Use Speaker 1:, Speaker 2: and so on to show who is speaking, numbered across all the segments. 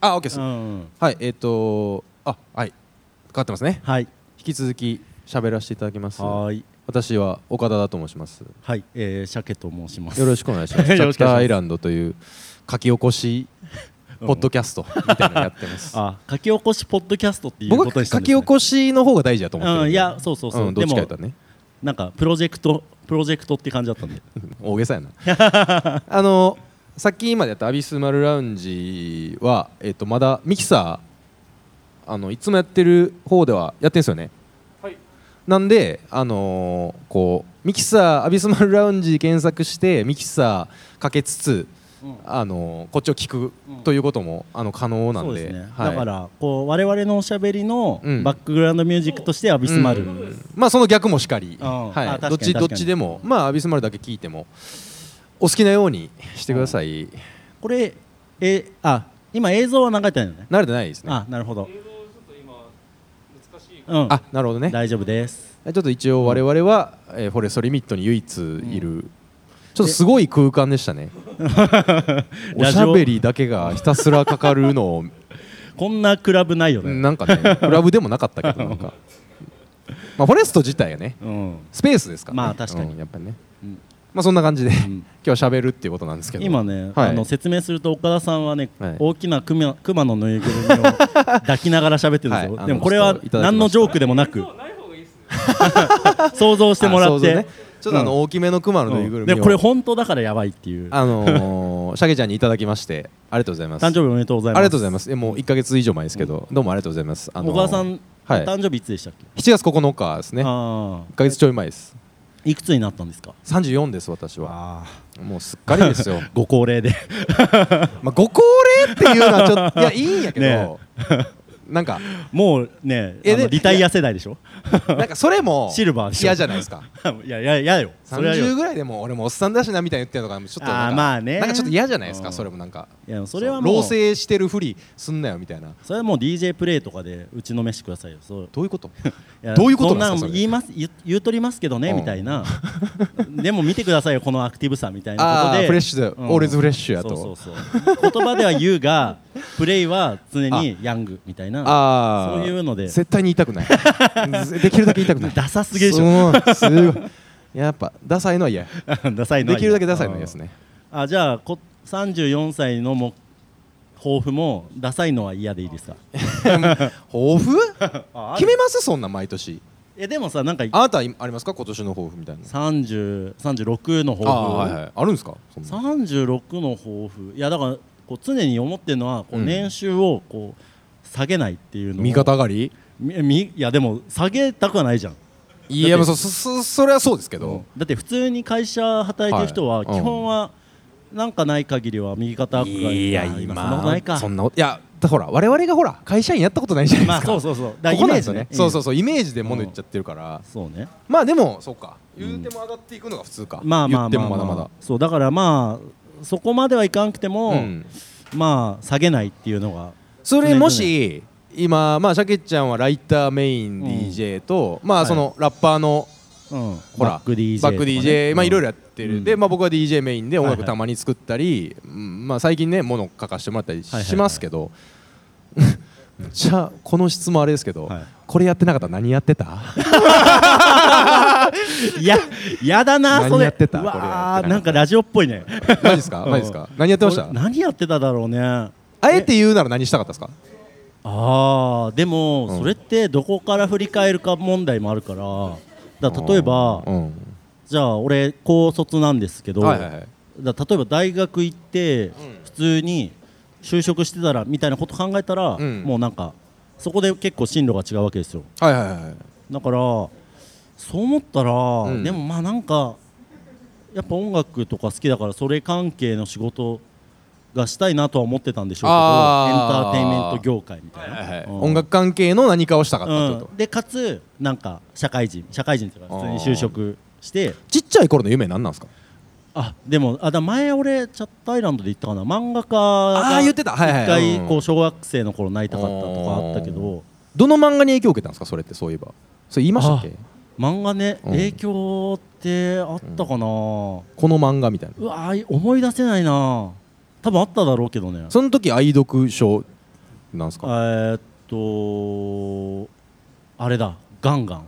Speaker 1: あ、オッケーです。
Speaker 2: ん、
Speaker 1: はい、えっ、とあ、はい、変わってますね。
Speaker 2: はい
Speaker 1: 引き続き喋らせていただきます。
Speaker 2: はーい
Speaker 1: 私は岡田だと申します。
Speaker 2: はい、えー、鮭と申します
Speaker 1: よろしくお願いします。チ
Speaker 2: よ
Speaker 1: ャ
Speaker 2: ろし
Speaker 1: プ
Speaker 2: くお
Speaker 1: ター
Speaker 2: 願
Speaker 1: ア
Speaker 2: い
Speaker 1: イ
Speaker 2: しま
Speaker 1: ランドという書き起こし
Speaker 2: うん
Speaker 1: ポッドキャストみたいなのやってます。
Speaker 2: あ書き起こしポッドキャストっていうこ
Speaker 1: 僕
Speaker 2: と
Speaker 1: は
Speaker 2: にした
Speaker 1: 書
Speaker 2: ん
Speaker 1: き
Speaker 2: です、ね、
Speaker 1: 起こしの方が大事だと思ってるん
Speaker 2: う
Speaker 1: で
Speaker 2: んいやそうそうそう、
Speaker 1: んど
Speaker 2: で
Speaker 1: っちか言っ
Speaker 2: も
Speaker 1: たらね
Speaker 2: なんかプロジェクトプロジェクトって感じだったんで
Speaker 1: 大げさやな あのさっきまでやったアビスマルラウンジは、えっとまだミキサーあのいつもやってる方ではやってんすよねなんであのーこうミキサーアビスマルラウンジ検索してミキサーかけつつ、
Speaker 2: うん
Speaker 1: あのーこっちを聞く
Speaker 2: うん
Speaker 1: ということも、あの可能なんで
Speaker 2: そうですね、
Speaker 1: はい
Speaker 2: だからこう我々のおしゃべりの
Speaker 1: うん
Speaker 2: バックグラウンドミュージックとしてアビスマル、
Speaker 1: うんまあその逆もしかり、
Speaker 2: うんあ
Speaker 1: は
Speaker 2: 確
Speaker 1: い、
Speaker 2: かに
Speaker 1: どっち
Speaker 2: 確か
Speaker 1: どっ
Speaker 2: に
Speaker 1: ちでもまあアビスマルだけ聞いてもお好きなようにしてください、
Speaker 2: これえーあ今映像は流れてないのね
Speaker 1: 慣れてないですねあ
Speaker 2: あなるほど
Speaker 3: 映像ちょっと今難しい
Speaker 2: うん
Speaker 1: なるほどねち
Speaker 2: 大丈夫です
Speaker 1: ょっと一応我々は、えーフォレストリミットに唯一いる、ちょっとすごい空間でした ねおしゃべりだけがひたすらかかるの を
Speaker 2: こんなクラブないよね
Speaker 1: なんかね、クラブでもなかったけど、なん か、まあ、フォレスト自体がね、
Speaker 2: うん
Speaker 1: スペースですから、ね、
Speaker 2: まあ確かに
Speaker 1: うんやっぱりね、
Speaker 2: うん
Speaker 1: まあそんな感じで、
Speaker 2: ん
Speaker 1: 今日は喋るっていうことなんですけど、
Speaker 2: 今ね、
Speaker 1: はい
Speaker 2: あの説明すると岡田さんはね、
Speaker 1: はい
Speaker 2: 大きなクマクマのぬいぐるみを抱きながら喋ってるんですよ、
Speaker 1: はいあの
Speaker 2: でもこれは
Speaker 1: ちょっといただきました
Speaker 2: 何のジョークでもなく
Speaker 3: ない方がいいっすね
Speaker 2: 想像してもら
Speaker 1: あ
Speaker 2: っ
Speaker 1: そうそ
Speaker 2: て、
Speaker 1: うねちょっとあの、大きめのクマのぬいぐるみ
Speaker 2: で
Speaker 1: を、
Speaker 2: これ本当だからやばいっていう誕
Speaker 1: あのー、シャケちゃんにいただきまして、ありがとうございます。
Speaker 2: 生日おめでとうございます
Speaker 1: ありがとうございます。えもう1か月以上前ですけど、どうもありがとうございます。あのー
Speaker 2: 小川さん、
Speaker 1: はい
Speaker 2: お誕生日いつでしたっけ、
Speaker 1: 7月9日ですね、1
Speaker 2: ああ
Speaker 1: か月ちょい前です。
Speaker 2: いくつになったんですか
Speaker 1: 34です、私は。
Speaker 2: あ
Speaker 1: もうすっかりです よ。
Speaker 2: ご高齢で
Speaker 1: まあ、ご高齢っていうのはちょっと、いや、いいんやけど、なんか、
Speaker 2: もうね
Speaker 1: え
Speaker 2: あ
Speaker 1: で
Speaker 2: のリタイア世代でしょ
Speaker 1: なんかそれも
Speaker 2: シルバーでしょ
Speaker 1: 嫌じゃないですか
Speaker 2: いやいやいやよそれは
Speaker 1: 30
Speaker 2: よ
Speaker 1: ぐらいでも俺もおっさんだしなみたいな言ってるのがちょっとなん
Speaker 2: あ
Speaker 1: か
Speaker 2: ーまあね
Speaker 1: なんかちょっと嫌じゃないですか
Speaker 2: うん
Speaker 1: それもなんか
Speaker 2: いやそれはもう
Speaker 1: 老成してるふりすんなよみたいな
Speaker 2: それはもう DJ プレイとかでうちの飯くださいよそう
Speaker 1: どういうこと
Speaker 2: や
Speaker 1: どういうことなんですか
Speaker 2: そ
Speaker 1: そ
Speaker 2: ん
Speaker 1: れ
Speaker 2: なん言います言言うとりますけどね、
Speaker 1: うん
Speaker 2: みたいな でも見てくださいよこのアクティブさみたいなこ
Speaker 1: あ
Speaker 2: と
Speaker 1: あ
Speaker 2: で
Speaker 1: フレッシュだよオールズフレッシュやと
Speaker 2: そうそうそう言葉では言うがプレイは常にヤングみたいな
Speaker 1: ああ
Speaker 2: そういうので
Speaker 1: 絶対に言いたく ないぜできるだけ言いたくない
Speaker 2: ダサすぎでしょ
Speaker 1: ょすごいやっぱダサいのは嫌
Speaker 2: ダサいの
Speaker 1: で
Speaker 2: は
Speaker 1: きるだけダサいのは嫌ですね
Speaker 2: あじゃあこ34歳のも抱負もダサいのは嫌でいいですか
Speaker 1: 抱負
Speaker 2: あ
Speaker 1: 決めますそんな毎年
Speaker 2: えでもさなんか
Speaker 1: あなた今ありますか今年の抱負みたいな
Speaker 2: 30 36の抱
Speaker 1: あ
Speaker 2: 負
Speaker 1: あはいはいあるんですかそんな
Speaker 2: 36の抱負いやだからこう常に思ってるのはこ
Speaker 1: う
Speaker 2: うん年収をこう下げないっていうのを
Speaker 1: 右肩上がり
Speaker 2: みみいやでも下げたくはないじゃん
Speaker 1: いやまあそそそそれはそうですけど、
Speaker 2: だって普通に会社働いてる人
Speaker 1: は
Speaker 2: はい基本はなんかない限りは右肩上がり
Speaker 1: いや
Speaker 2: あー
Speaker 1: 今
Speaker 2: そんなことないか
Speaker 1: そんなこといやだほら我々がほら会社員やったことないじゃないで
Speaker 2: ます
Speaker 1: か、
Speaker 2: あそうそうそうだから
Speaker 1: ここなんですよね
Speaker 2: イメージ
Speaker 1: そうそううそうイメージで物言っちゃってるから、
Speaker 2: んそうね
Speaker 1: まあでもそうか言うても上がっていくのが普通か、
Speaker 2: まあまあ
Speaker 1: 言
Speaker 2: ま
Speaker 1: っ
Speaker 2: あ
Speaker 1: てもまだまだ、
Speaker 2: そうだからまあそこまではいかんくても、
Speaker 1: うん
Speaker 2: まあ下げないっていうのが
Speaker 1: それもし今まあシャケちゃんはライターメイン
Speaker 2: うん
Speaker 1: DJ と、まあそのラッパーの
Speaker 2: うん
Speaker 1: ほら
Speaker 2: バック DJ
Speaker 1: バック DJ まあいろいろやってる、
Speaker 2: うん
Speaker 1: でまあ僕は DJ メインで音
Speaker 2: はいは
Speaker 1: 楽
Speaker 2: い
Speaker 1: たまに作ったり、うんまあ最近ね物書かしてもらったりしますけど、め っちゃこの質問あれですけど、
Speaker 2: はい
Speaker 1: これやってなかったら何やってた
Speaker 2: いや、やだな、
Speaker 1: 何
Speaker 2: それ。
Speaker 1: やってた
Speaker 2: う
Speaker 1: これ
Speaker 2: わ
Speaker 1: やってなかっ
Speaker 2: あ、
Speaker 1: た
Speaker 2: なんかラジオっぽいね。
Speaker 1: マジです かマジですか何やってました
Speaker 2: 俺何やってただろうね。あ
Speaker 1: あえて言うなら何したかったですか
Speaker 2: あ、でも、
Speaker 1: うん
Speaker 2: それってどこから振り返るか問題もあるから。だから例えば、
Speaker 1: うん
Speaker 2: じゃあ、俺高卒なんですけど。
Speaker 1: はいはいはい
Speaker 2: だから例えば大学行って、普通に就職してたらみたいなこと考えたら、
Speaker 1: うん
Speaker 2: もうなんか。そこで結構進路が違うわけですよ。
Speaker 1: はいはいはい
Speaker 2: だからそう思ったら、
Speaker 1: ん
Speaker 2: でもまあなんかやっぱ音楽とか好きだからそれ関係の仕事がしたいなとは思ってたんでしょうけどエン
Speaker 1: あー
Speaker 2: ターテインメント業界みたいな、
Speaker 1: はいはい
Speaker 2: うん
Speaker 1: 音楽関係の何かをしたかったってこと、
Speaker 2: うんでかつなんか社会人社会人というか普通に就職して
Speaker 1: ちっちゃい頃の夢何なんですか
Speaker 2: あでもあだから前俺チャットアイランドで言ったかな漫画家
Speaker 1: あ
Speaker 2: が
Speaker 1: ー言ってたはいはい
Speaker 2: 一
Speaker 1: うん
Speaker 2: 回こう小学生の頃なりたかったとかあったけど
Speaker 1: どの漫画に影響を受けたんですかそれってそういえばそれ言いましたっけ
Speaker 2: 漫画ね
Speaker 1: うん
Speaker 2: 影響ってあったかな、
Speaker 1: この漫画みたいな
Speaker 2: うわーい思い出せないな多分あっただろうけどね
Speaker 1: その時愛読書なんですか
Speaker 2: えーっとあれだガンガン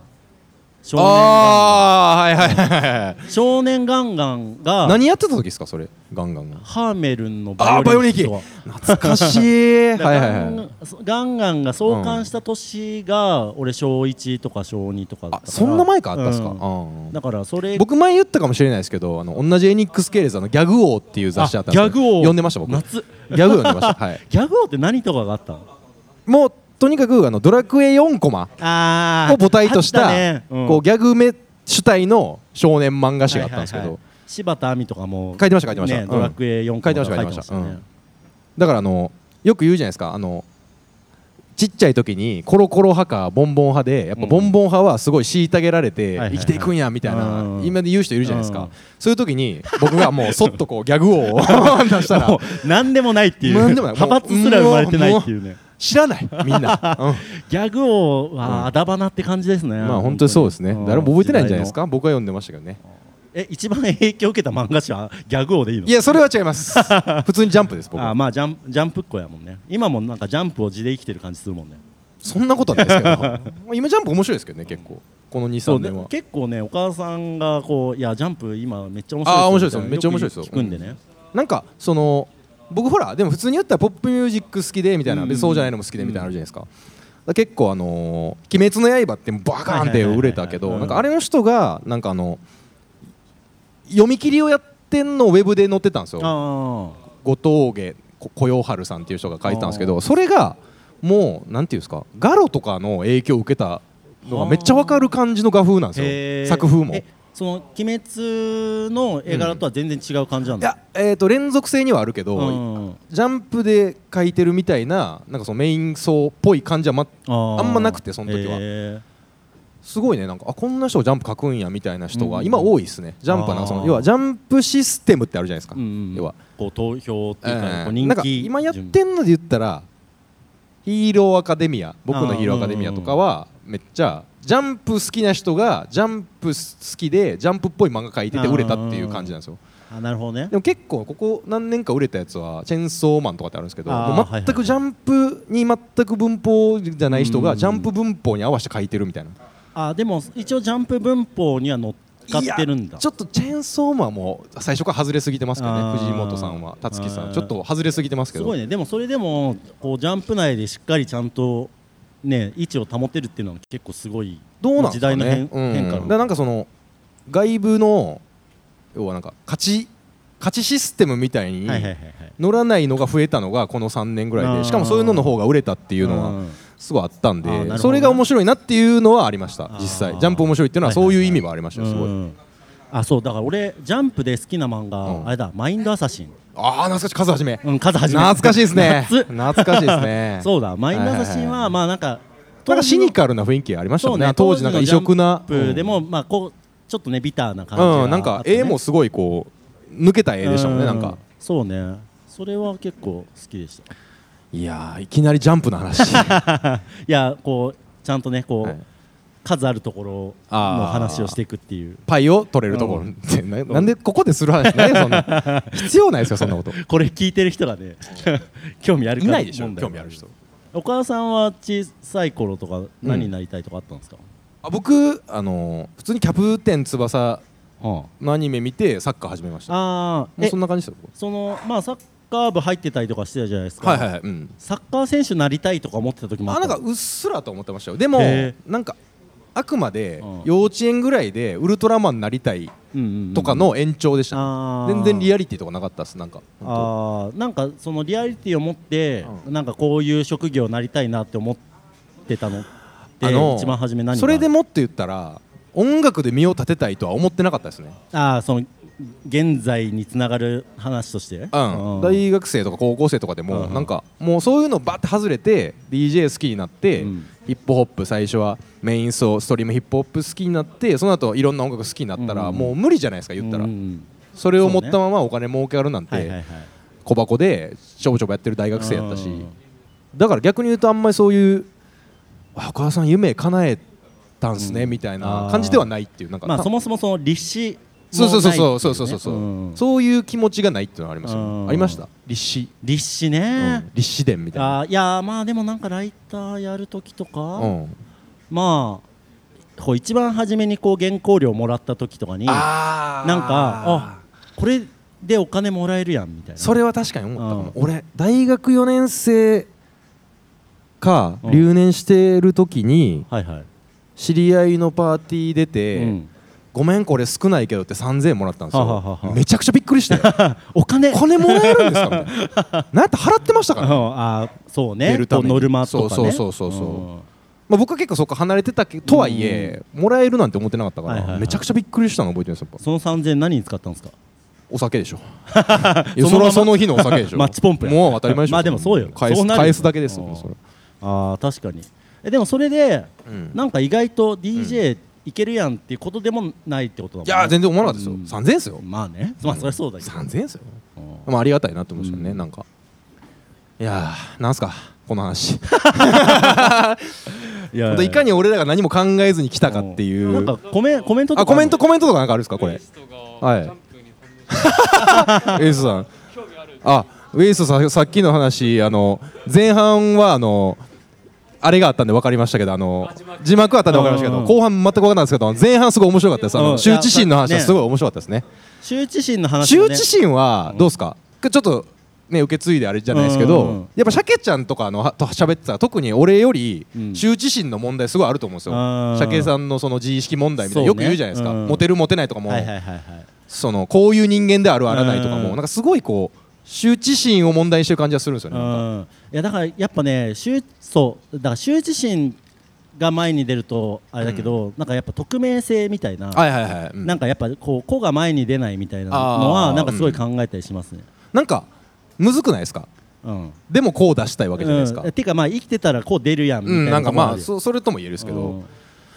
Speaker 2: 少年ガン
Speaker 1: ああはいはいはいはい
Speaker 2: ガン少年ガンガンが
Speaker 1: 何やってた時ですかそれガンガンが
Speaker 2: ハーメルンの
Speaker 1: あー
Speaker 2: バイオレンスと
Speaker 1: バイオ
Speaker 2: は
Speaker 1: レ懐かし いはい
Speaker 2: だか
Speaker 1: はい
Speaker 2: ら
Speaker 1: はい
Speaker 2: ガンガンが創刊した年が俺小1とか小2とかだ
Speaker 1: あ
Speaker 2: ったから
Speaker 1: そんな前かあったんですか、
Speaker 2: う
Speaker 1: あ
Speaker 2: だからそれ
Speaker 1: ー僕前言ったかもしれないですけどあの同じエニックス系列あのギャグ王っていう雑誌あったんですけど
Speaker 2: あギャグ王
Speaker 1: 読んでました僕ギャ
Speaker 2: 夏
Speaker 1: グ読んでましたはい
Speaker 2: ギャグ王って何とかがあったの
Speaker 1: もうとにかくあのドラクエ4コマ
Speaker 2: あ
Speaker 1: を母体とした
Speaker 2: ねうん
Speaker 1: こうギャグめ主体の少年漫画誌があったんですけど、
Speaker 2: はいはいはい柴田亜美とかも
Speaker 1: 書いてました書いてました
Speaker 2: ね
Speaker 1: うん
Speaker 2: ドラクエ4個
Speaker 1: 書いてました書いてましただからあのよく言うじゃないですかあのちっちゃい時にコロコロ派かボンボン派でやっぱボンボン派はすごい虐げられて
Speaker 2: はいはいはい
Speaker 1: 生きていくんやみたいな
Speaker 2: うん
Speaker 1: 今で言う人いるじゃないです
Speaker 2: う
Speaker 1: か
Speaker 2: ん
Speaker 1: そういう時に僕がもうそっとこうギャグ王を 出したら
Speaker 2: もう何でもないっていう
Speaker 1: 何でもない
Speaker 2: 派閥すら生まれてないっていうね
Speaker 1: 知らないみんな、うん
Speaker 2: ギャグ王
Speaker 1: うん
Speaker 2: はあだ花って感じですね
Speaker 1: まあ本当にそうですね
Speaker 2: うん
Speaker 1: 誰も覚えてないんじゃないですか僕は読んでましたけどね
Speaker 2: え一番影響を受けた漫画誌はギャグ王でいいの
Speaker 1: いやそれは違います普通にジャンプです僕
Speaker 2: あーまあジャンジャンプっ子やもんね今もなんかジャンプを地で生きてる感じするもんね
Speaker 1: そんなことはないですけど まあ今ジャンプ面白いですけどね結構この
Speaker 2: そ
Speaker 1: 23
Speaker 2: うで
Speaker 1: 年は
Speaker 2: 結構ねお母さんがこういやジャンプ今めっちゃ面
Speaker 1: あー
Speaker 2: 白い
Speaker 1: 面白いで
Speaker 2: で
Speaker 1: す
Speaker 2: す
Speaker 1: よ
Speaker 2: よ
Speaker 1: めっちゃ面白いですよ
Speaker 2: よく聞くんでね
Speaker 1: なんかその僕ほらでも普通に言ったらポップミュージック好きでみたいな、
Speaker 2: うん
Speaker 1: 別にそうじゃないのも好きでみたいなのあるじゃないですか,、結構あのー鬼滅の刃」ってバカーンって売れたけ
Speaker 2: は
Speaker 1: どな
Speaker 2: いはいはいはい
Speaker 1: んかあれの人がなんかあの読み切りをやってんのをウェブで載ってたんですよ
Speaker 2: あ
Speaker 1: 後藤家こ小陽春さんっていう人が書いてたんですけどそれがもうなんていうんですかガロとかの影響を受けたのがめっちゃわかる感じの画風なん
Speaker 2: あ
Speaker 1: ですよ作風も。
Speaker 2: その「鬼滅」の絵柄とは全然違う感じなん
Speaker 1: い
Speaker 2: だ
Speaker 1: や、えー、と連続性にはあるけど、
Speaker 2: うん
Speaker 1: ジャンプで書いてるみたいななんかそのメイン層っぽい感じは、ま、
Speaker 2: あ
Speaker 1: あんまなくてその時は
Speaker 2: は
Speaker 1: すごいねなんかあこんな人がジャンプ書くんやみたいな人
Speaker 2: う
Speaker 1: が
Speaker 2: ん
Speaker 1: 今多いですね、ジャンプはなんかそ
Speaker 2: あ
Speaker 1: の
Speaker 2: ー
Speaker 1: 要はジャンプシステムってあるじゃないですか、
Speaker 2: うんうん
Speaker 1: 要は、
Speaker 2: こう投票って
Speaker 1: え
Speaker 2: いうか
Speaker 1: ー
Speaker 2: こう
Speaker 1: な
Speaker 2: 人
Speaker 1: んか
Speaker 2: 気
Speaker 1: 今やってんので言ったらヒーローアカデミア僕のヒーローアカデミアとかはめっちゃジャンプ好きな人がジャンプ好きでジャンプっぽい漫画書いてて売れたっていう感じなんですよ
Speaker 2: あなるほどね
Speaker 1: でも結構ここ何年か売れたやつはチェーンソーマンとかってあるんですけど
Speaker 2: あー
Speaker 1: もう全くジャンプに全く文法じゃない人
Speaker 2: う
Speaker 1: が
Speaker 2: ん
Speaker 1: ジャンプ文法に合わせて書いてるみたいな
Speaker 2: あでも一応ジャンプ文法には乗っかってるん
Speaker 1: いや
Speaker 2: だ
Speaker 1: ちょっとチェーンソーマンはもう最初から外れすぎてますけど
Speaker 2: あ
Speaker 1: ね
Speaker 2: ー
Speaker 1: 藤本さんは辰樹さ
Speaker 2: あ
Speaker 1: ん
Speaker 2: ー
Speaker 1: ちょっと外れすぎてますけ
Speaker 2: す
Speaker 1: ど
Speaker 2: ごいねでもそれでもこうジャンプ内でしっかりちゃんとね位置を保てるっていうのは結構すごい
Speaker 1: どうなんですかね
Speaker 2: 時代の変,、
Speaker 1: うん
Speaker 2: 変化
Speaker 1: だからなんかその外部の要はなんか勝ち勝ちシステムみたいに
Speaker 2: はいはいはいはい
Speaker 1: 乗らないのが増えたのがこの3年ぐらい
Speaker 2: あ
Speaker 1: で
Speaker 2: ー
Speaker 1: しかもそういうのの方が売れたっていうのは
Speaker 2: ん
Speaker 1: すごいあったんで、
Speaker 2: あーなるほどね
Speaker 1: それが面白いなっていうのはありました
Speaker 2: あー
Speaker 1: 実際ジャンプ面白いっていうのはそういう意味もありましたよすごい、
Speaker 2: うんあそうだから俺ジャンプで好きな漫画、
Speaker 1: うん
Speaker 2: あれだマインドアサシン
Speaker 1: ああ懐かしい数はじめ
Speaker 2: うん数始め
Speaker 1: 懐かしいですね
Speaker 2: 夏
Speaker 1: 懐かしいですね
Speaker 2: そうだマインドアサシンは、
Speaker 1: いいい
Speaker 2: まあなんか
Speaker 1: なんかシニカルな雰囲気ありました
Speaker 2: そ
Speaker 1: も
Speaker 2: うん
Speaker 1: ね
Speaker 2: ね
Speaker 1: 当時なんか異色な
Speaker 2: 当時のジャンプでも、
Speaker 1: うん
Speaker 2: まあこうちょっとねビターな感じが
Speaker 1: うん、なん
Speaker 2: あ
Speaker 1: か
Speaker 2: ってね
Speaker 1: 絵もすごいこう抜けた絵でしたもんね
Speaker 2: う
Speaker 1: なんか
Speaker 2: そうねそれは結構好きでした
Speaker 1: いやーいきなりジャンプの 話
Speaker 2: いやこうちゃんとねこう、
Speaker 1: はい
Speaker 2: 数あるところの話をしていくっていう
Speaker 1: パイを取れるところってななんでここでする 話ないよそんな必要ないですよそんなこと
Speaker 2: これ聞いてる人がね 興味ある
Speaker 1: い
Speaker 2: か
Speaker 1: ないでしょ
Speaker 2: 問題
Speaker 1: 興味ある人
Speaker 2: お母さんは小さい頃とか何になりたいとかあったんですか、
Speaker 1: あ僕あのー普通にキャプテン翼
Speaker 2: は
Speaker 1: のアニメ見てサッカー始めました
Speaker 2: ああー
Speaker 1: もう
Speaker 2: え
Speaker 1: そんな感じですよ
Speaker 2: そのまあサッカー部入ってたりとかしてたじゃないですか、
Speaker 1: はいはいはいうん
Speaker 2: サッカー選手になりたいとか思ってた時もあ
Speaker 1: あ
Speaker 2: った
Speaker 1: なんんか
Speaker 2: です
Speaker 1: うっすらと思ってましたよでも
Speaker 2: へ
Speaker 1: なんかあくまで
Speaker 2: うん
Speaker 1: 幼稚園ぐらいでウルトラマンになりたい
Speaker 2: うんうんうん
Speaker 1: とかの延長でしたね、
Speaker 2: あー
Speaker 1: 全然リアリティとかなかったっすなんか本
Speaker 2: あーなんかそのリアリティを持って、なんかこういう職業になりたいなって思ってたのって
Speaker 1: 当あの
Speaker 2: 一番初め何が
Speaker 1: それでもっと言ったら音楽で身を立てたいとは思ってなかったですね、
Speaker 2: ああその現在につながる話として
Speaker 1: うん
Speaker 2: うん
Speaker 1: 大学生とか高校生とかでも、
Speaker 2: うん
Speaker 1: なんかもうそういうのバッて外れて DJ 好きになって、
Speaker 2: うん
Speaker 1: ヒップホップ最初はメイン層ストリームヒップホップ好きになってその後いろんな音楽好きになったら、
Speaker 2: うん
Speaker 1: もう無理じゃないですか言ったら、
Speaker 2: うんうん
Speaker 1: それを持ったままお金儲けあるなん
Speaker 2: はいはい
Speaker 1: て
Speaker 2: はい
Speaker 1: 小箱でちょぼちょぼやってる大学生やったし
Speaker 2: うん
Speaker 1: だから逆に言うとあんまりそういうあお母さん夢叶えたんすねみたいな感じではないっていうなんか
Speaker 2: まあ
Speaker 1: た
Speaker 2: そもそもその立志
Speaker 1: そうそうそうそう
Speaker 2: も
Speaker 1: そう
Speaker 2: ない
Speaker 1: そう
Speaker 2: っていね
Speaker 1: そうそう、
Speaker 2: うん
Speaker 1: そういう気持ちがないっていうのはありますよ、
Speaker 2: うん
Speaker 1: ありました立志、
Speaker 2: 立志
Speaker 1: うん
Speaker 2: ね、
Speaker 1: 立志伝みたいな
Speaker 2: あーいやーまあでもなんかライターやるときとか、
Speaker 1: うん
Speaker 2: まあこう一番初めにこう原稿料もらったときとかにこ
Speaker 1: あー
Speaker 2: なんかあれでお金もらえるやんみたいな
Speaker 1: それは確かに思ったかも、
Speaker 2: う
Speaker 1: 俺大学4年生か
Speaker 2: うん
Speaker 1: 留年してる時に
Speaker 2: はいはい、
Speaker 1: 知り合いのパーティー出て、
Speaker 2: うん
Speaker 1: ごめんこれ少ないけどって3000円もらったんですよ
Speaker 2: はははは
Speaker 1: めちゃくちゃびっくりして
Speaker 2: お金
Speaker 1: 金もらえるんですか みたいななんやったら払ってました
Speaker 2: う
Speaker 1: か
Speaker 2: ん
Speaker 1: ら、
Speaker 2: あーそうね
Speaker 1: 出るために
Speaker 2: こうノルマとかね
Speaker 1: そうそうそうそうそうんまあ、僕は結構そこ離れてたけとはいえ、もらえるなんて思ってなかったから、
Speaker 2: はいはいはい
Speaker 1: めちゃくちゃびっくりしたの覚えてるんですよやっぱ
Speaker 2: その3000何に使ったんですか
Speaker 1: お酒 でしょいや
Speaker 2: そのまま
Speaker 1: それはその日のお酒でしょ
Speaker 2: マッチポンプや
Speaker 1: もう当たり前でしょ
Speaker 2: まあでもそうよ
Speaker 1: 返
Speaker 2: そ
Speaker 1: す
Speaker 2: うなるよ
Speaker 1: 返すだけですよ
Speaker 2: うん
Speaker 1: それ
Speaker 2: あー確かにえでもそれで、
Speaker 1: うん
Speaker 2: なんか意外と DJ いけるやんっていうことでもないってことだもん、
Speaker 1: い
Speaker 2: ね、
Speaker 1: や全然思わなかったですよ、
Speaker 2: うん
Speaker 1: 3000円ですよ
Speaker 2: まあねまあそりゃそうだけど、
Speaker 1: 3000円ですよ
Speaker 2: うん
Speaker 1: まあありがたいなって思いましたね、
Speaker 2: うん
Speaker 1: なんかいやーなんすかこの話
Speaker 2: いや
Speaker 1: 本当いかに俺らが何も考えずに来たかってい
Speaker 2: なん
Speaker 1: う
Speaker 2: かコメコメントとか
Speaker 1: あコメント
Speaker 2: ある
Speaker 1: コメントとかなんかあるんですかこ
Speaker 3: ウエ
Speaker 1: れ
Speaker 3: スト
Speaker 1: はい
Speaker 3: がジャンプに反応して
Speaker 1: ウエストさん
Speaker 3: 興味ある。
Speaker 1: あウエストさんさっきの話あの前半はあのあれがあったんで分かりましたけどあの
Speaker 3: あ字幕
Speaker 1: 字幕あったんで分かりましたけ
Speaker 2: う
Speaker 1: ど
Speaker 2: ん
Speaker 1: 後半全く分からないですけど前半すごい面白かったですあ
Speaker 2: うん
Speaker 1: の羞恥心の話
Speaker 2: いや
Speaker 1: はすごい面白かったですね
Speaker 2: 羞恥心の話
Speaker 1: 羞
Speaker 2: もね
Speaker 1: 恥心はどうですか、ちょっとね受け継いであれじゃないですけ
Speaker 2: うんうんうん
Speaker 1: どやっぱシャケちゃんとかのはと喋ってたら特に俺より
Speaker 2: うん
Speaker 1: 羞恥心の問題すごいあると思うんですよ、
Speaker 2: あー
Speaker 1: シャケさんのその自意識問題みたいな
Speaker 2: そ
Speaker 1: よ
Speaker 2: う
Speaker 1: く
Speaker 2: ね
Speaker 1: 言うじゃないですか、
Speaker 2: うん
Speaker 1: モテるモテないとかも、
Speaker 2: はいはいはいはい
Speaker 1: そのこういう人間であるあらないとかも、
Speaker 2: うん
Speaker 1: なんかすごいこう羞恥心を問題にしてる感じがするんですよね、なんか
Speaker 2: うんいやだからやっぱね羞そうだから羞恥心が前に出るとあれだけど、なんかやっぱ匿名性みたいな、
Speaker 1: はいはいはい、うん
Speaker 2: なんかやっぱこう子が前に出ないみたいなの
Speaker 1: あ
Speaker 2: は
Speaker 1: ー
Speaker 2: なんかすごい考えたりしますね。
Speaker 1: なんかむずくないですか
Speaker 2: うん。
Speaker 1: でもこう出したいわけじゃないですか、
Speaker 2: うんてかまあ生きてたらこう出るやんみ
Speaker 1: う
Speaker 2: たい
Speaker 1: ん、
Speaker 2: な。
Speaker 1: なんかまあ
Speaker 2: う
Speaker 1: そそれとも言えるんですけど、
Speaker 2: ん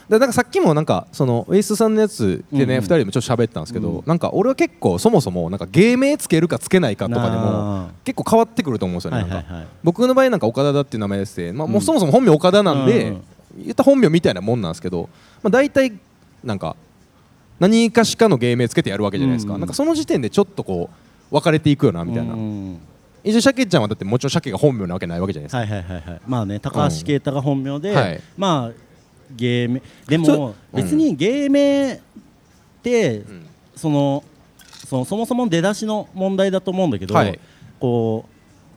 Speaker 1: でなんかさっきもなんかそのウエストさんのやつでね、
Speaker 2: うん
Speaker 1: 2人でもちょっと喋ったんですけど、
Speaker 2: うん
Speaker 1: なんか俺は結構そもそもなんか芸名つけるかつけないかとかで
Speaker 2: なあ
Speaker 1: も結構変わってくると思うんですよね、
Speaker 2: はい
Speaker 1: なんか
Speaker 2: はいはい。
Speaker 1: 僕の場合なんか岡田だっていう名前でして、まあ、もううんそもそも本名岡田なんで、
Speaker 2: うん
Speaker 1: 言ったら本名みたいなもんなんですけど、まあ、大体なんか何かしかの芸名つけてやるわけじゃないですか、
Speaker 2: うん
Speaker 1: なんかその時点でちょっとこう分かれていくよなみたいな、
Speaker 2: うん
Speaker 1: 一応シャケちゃんはだってもちろんシャケが本名なわけないわけじゃないですか、
Speaker 2: はいはいはいはい。まあね高橋啓太が本名で、
Speaker 1: はい
Speaker 2: まあ芸名で
Speaker 1: そ
Speaker 2: も
Speaker 1: うん
Speaker 2: 別に芸名って、
Speaker 1: ん
Speaker 2: そのそのそもそも出だしの問題だと思うんだけど、
Speaker 1: はい
Speaker 2: こ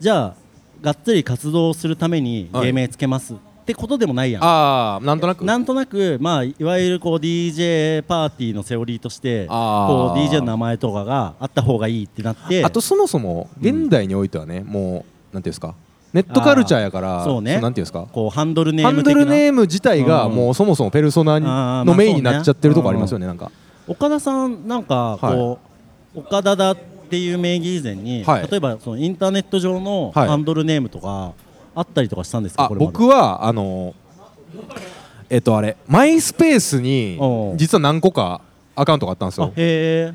Speaker 2: うじゃあがっつり活動するために芸名つけます、ってことでもないやん。
Speaker 1: ああなんとなく
Speaker 2: なんとなく、まあ、いわゆるこう DJ パーティーのセオリーとしてこ
Speaker 1: あー
Speaker 2: う DJ の名前とかがあった方がいいってなって
Speaker 1: あとそもそも現代においてはね、もうなんていうんですかネットカルチャーやから
Speaker 2: そうね
Speaker 1: のなんていうんですか
Speaker 2: こうハンドルネ
Speaker 1: ハ
Speaker 2: ーム
Speaker 1: ン
Speaker 2: 的
Speaker 1: ドルネ
Speaker 2: な
Speaker 1: ーム自体が
Speaker 2: うん
Speaker 1: もうそもそもペルソナに
Speaker 2: あーま
Speaker 1: の
Speaker 2: あ
Speaker 1: メインになっちゃってるとこありますよねなんか
Speaker 2: 岡田さんなんかこう、岡田だっていう名義以前に、
Speaker 1: はい
Speaker 2: 例えばそのインターネット上の
Speaker 1: はい
Speaker 2: ハンドルネームとかあったりとかしたんですか、
Speaker 1: あ
Speaker 2: これまで
Speaker 1: 僕はあのえっとあれマイスペースに
Speaker 2: おう
Speaker 1: 実は何個かアカウントがあったんです
Speaker 2: あ
Speaker 1: よ
Speaker 2: へえ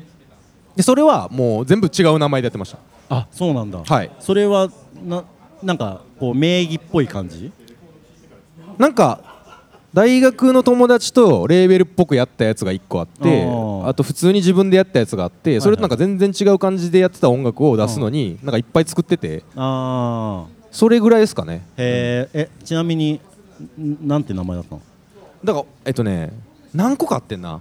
Speaker 1: でそれはもう全部違う名前でやってました
Speaker 2: あそうなんだ、
Speaker 1: はい
Speaker 2: それはななんかこう名義っぽい感じ
Speaker 1: なんか大学の友達とレーベルっぽくやったやつが1個あって
Speaker 2: あー
Speaker 1: あと普通に自分でやったやつがあってそれとなんか全然違う感じでやってた音楽を出すのになんかいっぱい作ってて
Speaker 2: ああ
Speaker 1: それぐらいですかね
Speaker 2: へーえちなみにんなんて名前だったの
Speaker 1: だからえっとね何個かあってんな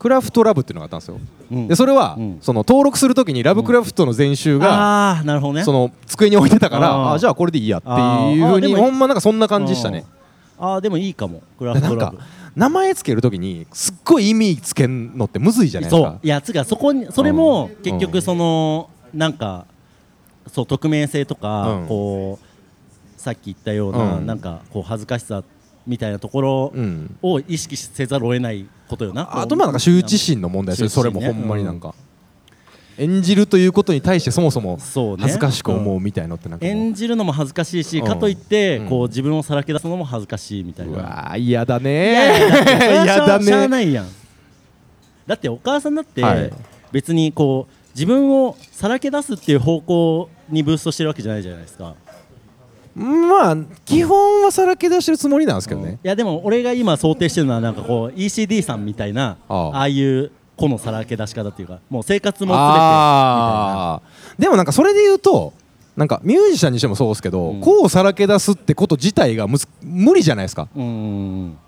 Speaker 1: クラフトラブっていうのがあったんですよ
Speaker 2: うん
Speaker 1: でそれは
Speaker 2: うん
Speaker 1: その登録するときにラブクラフトの全集が
Speaker 2: ああなるほどね
Speaker 1: その机に置いてたか
Speaker 2: あー
Speaker 1: らあじゃあこれでいいやって
Speaker 2: あ
Speaker 1: いう
Speaker 2: ー
Speaker 1: ふ
Speaker 2: あ
Speaker 1: う
Speaker 2: で
Speaker 1: に
Speaker 2: も
Speaker 1: ほんまなんかそんな感じでしたね
Speaker 2: あーあーでもいいかもクラ
Speaker 1: で
Speaker 2: フ
Speaker 1: な
Speaker 2: ト
Speaker 1: ん
Speaker 2: ラ
Speaker 1: か
Speaker 2: ブ
Speaker 1: 名前つけるときにすっごい意味つけんのってむずいじゃないです
Speaker 2: そ
Speaker 1: か
Speaker 2: ういやつうかそこにそれ
Speaker 1: う
Speaker 2: も
Speaker 1: ん
Speaker 2: 結
Speaker 1: う
Speaker 2: 局
Speaker 1: ん
Speaker 2: その、なんかそう匿名性とか、
Speaker 1: うん
Speaker 2: こうさっき言ったような、
Speaker 1: うん
Speaker 2: なんかこう恥ずかしさみたいなところ
Speaker 1: うん
Speaker 2: を意識せざるを得ないことよな
Speaker 1: あとまあなんか羞恥心の問題ですよ
Speaker 2: 羞
Speaker 1: そ
Speaker 2: 恥
Speaker 1: れも
Speaker 2: 心ね
Speaker 1: ほんまになんか演じるということに対してそもそも
Speaker 2: そうね
Speaker 1: 恥ずかしく思うみたいのってなんかもう
Speaker 2: 演じるのも恥ずかしいし、
Speaker 1: うん
Speaker 2: かといって、
Speaker 1: うん
Speaker 2: こう自分をさらけ出すのも恥ずかしいみたいうな
Speaker 1: わー嫌だ
Speaker 2: いやいやだ
Speaker 1: ね 嫌だ
Speaker 2: ってそれはしゃあしゃあ
Speaker 1: ね
Speaker 2: ないやんだってお母さんだって
Speaker 1: はい
Speaker 2: 別にこう自分をさらけ出すっていう方向にブーストしてるわけじゃないじゃないですか
Speaker 1: まあ基本はさらけ出してるつもりなんですけど
Speaker 2: い
Speaker 1: ね
Speaker 2: やでも俺が今想定してるのはなんかこう ECD さんみたいな
Speaker 1: ああ
Speaker 2: ああいう個のさらけ出し方っていうかもう生活も全てみたいな
Speaker 1: あーでもなんかそれで言うとなんかミュージシャンにしてもそうですけど、
Speaker 2: うん
Speaker 1: こうさらけ出すってこと自体がむず無理じゃないですか
Speaker 2: うんうんうん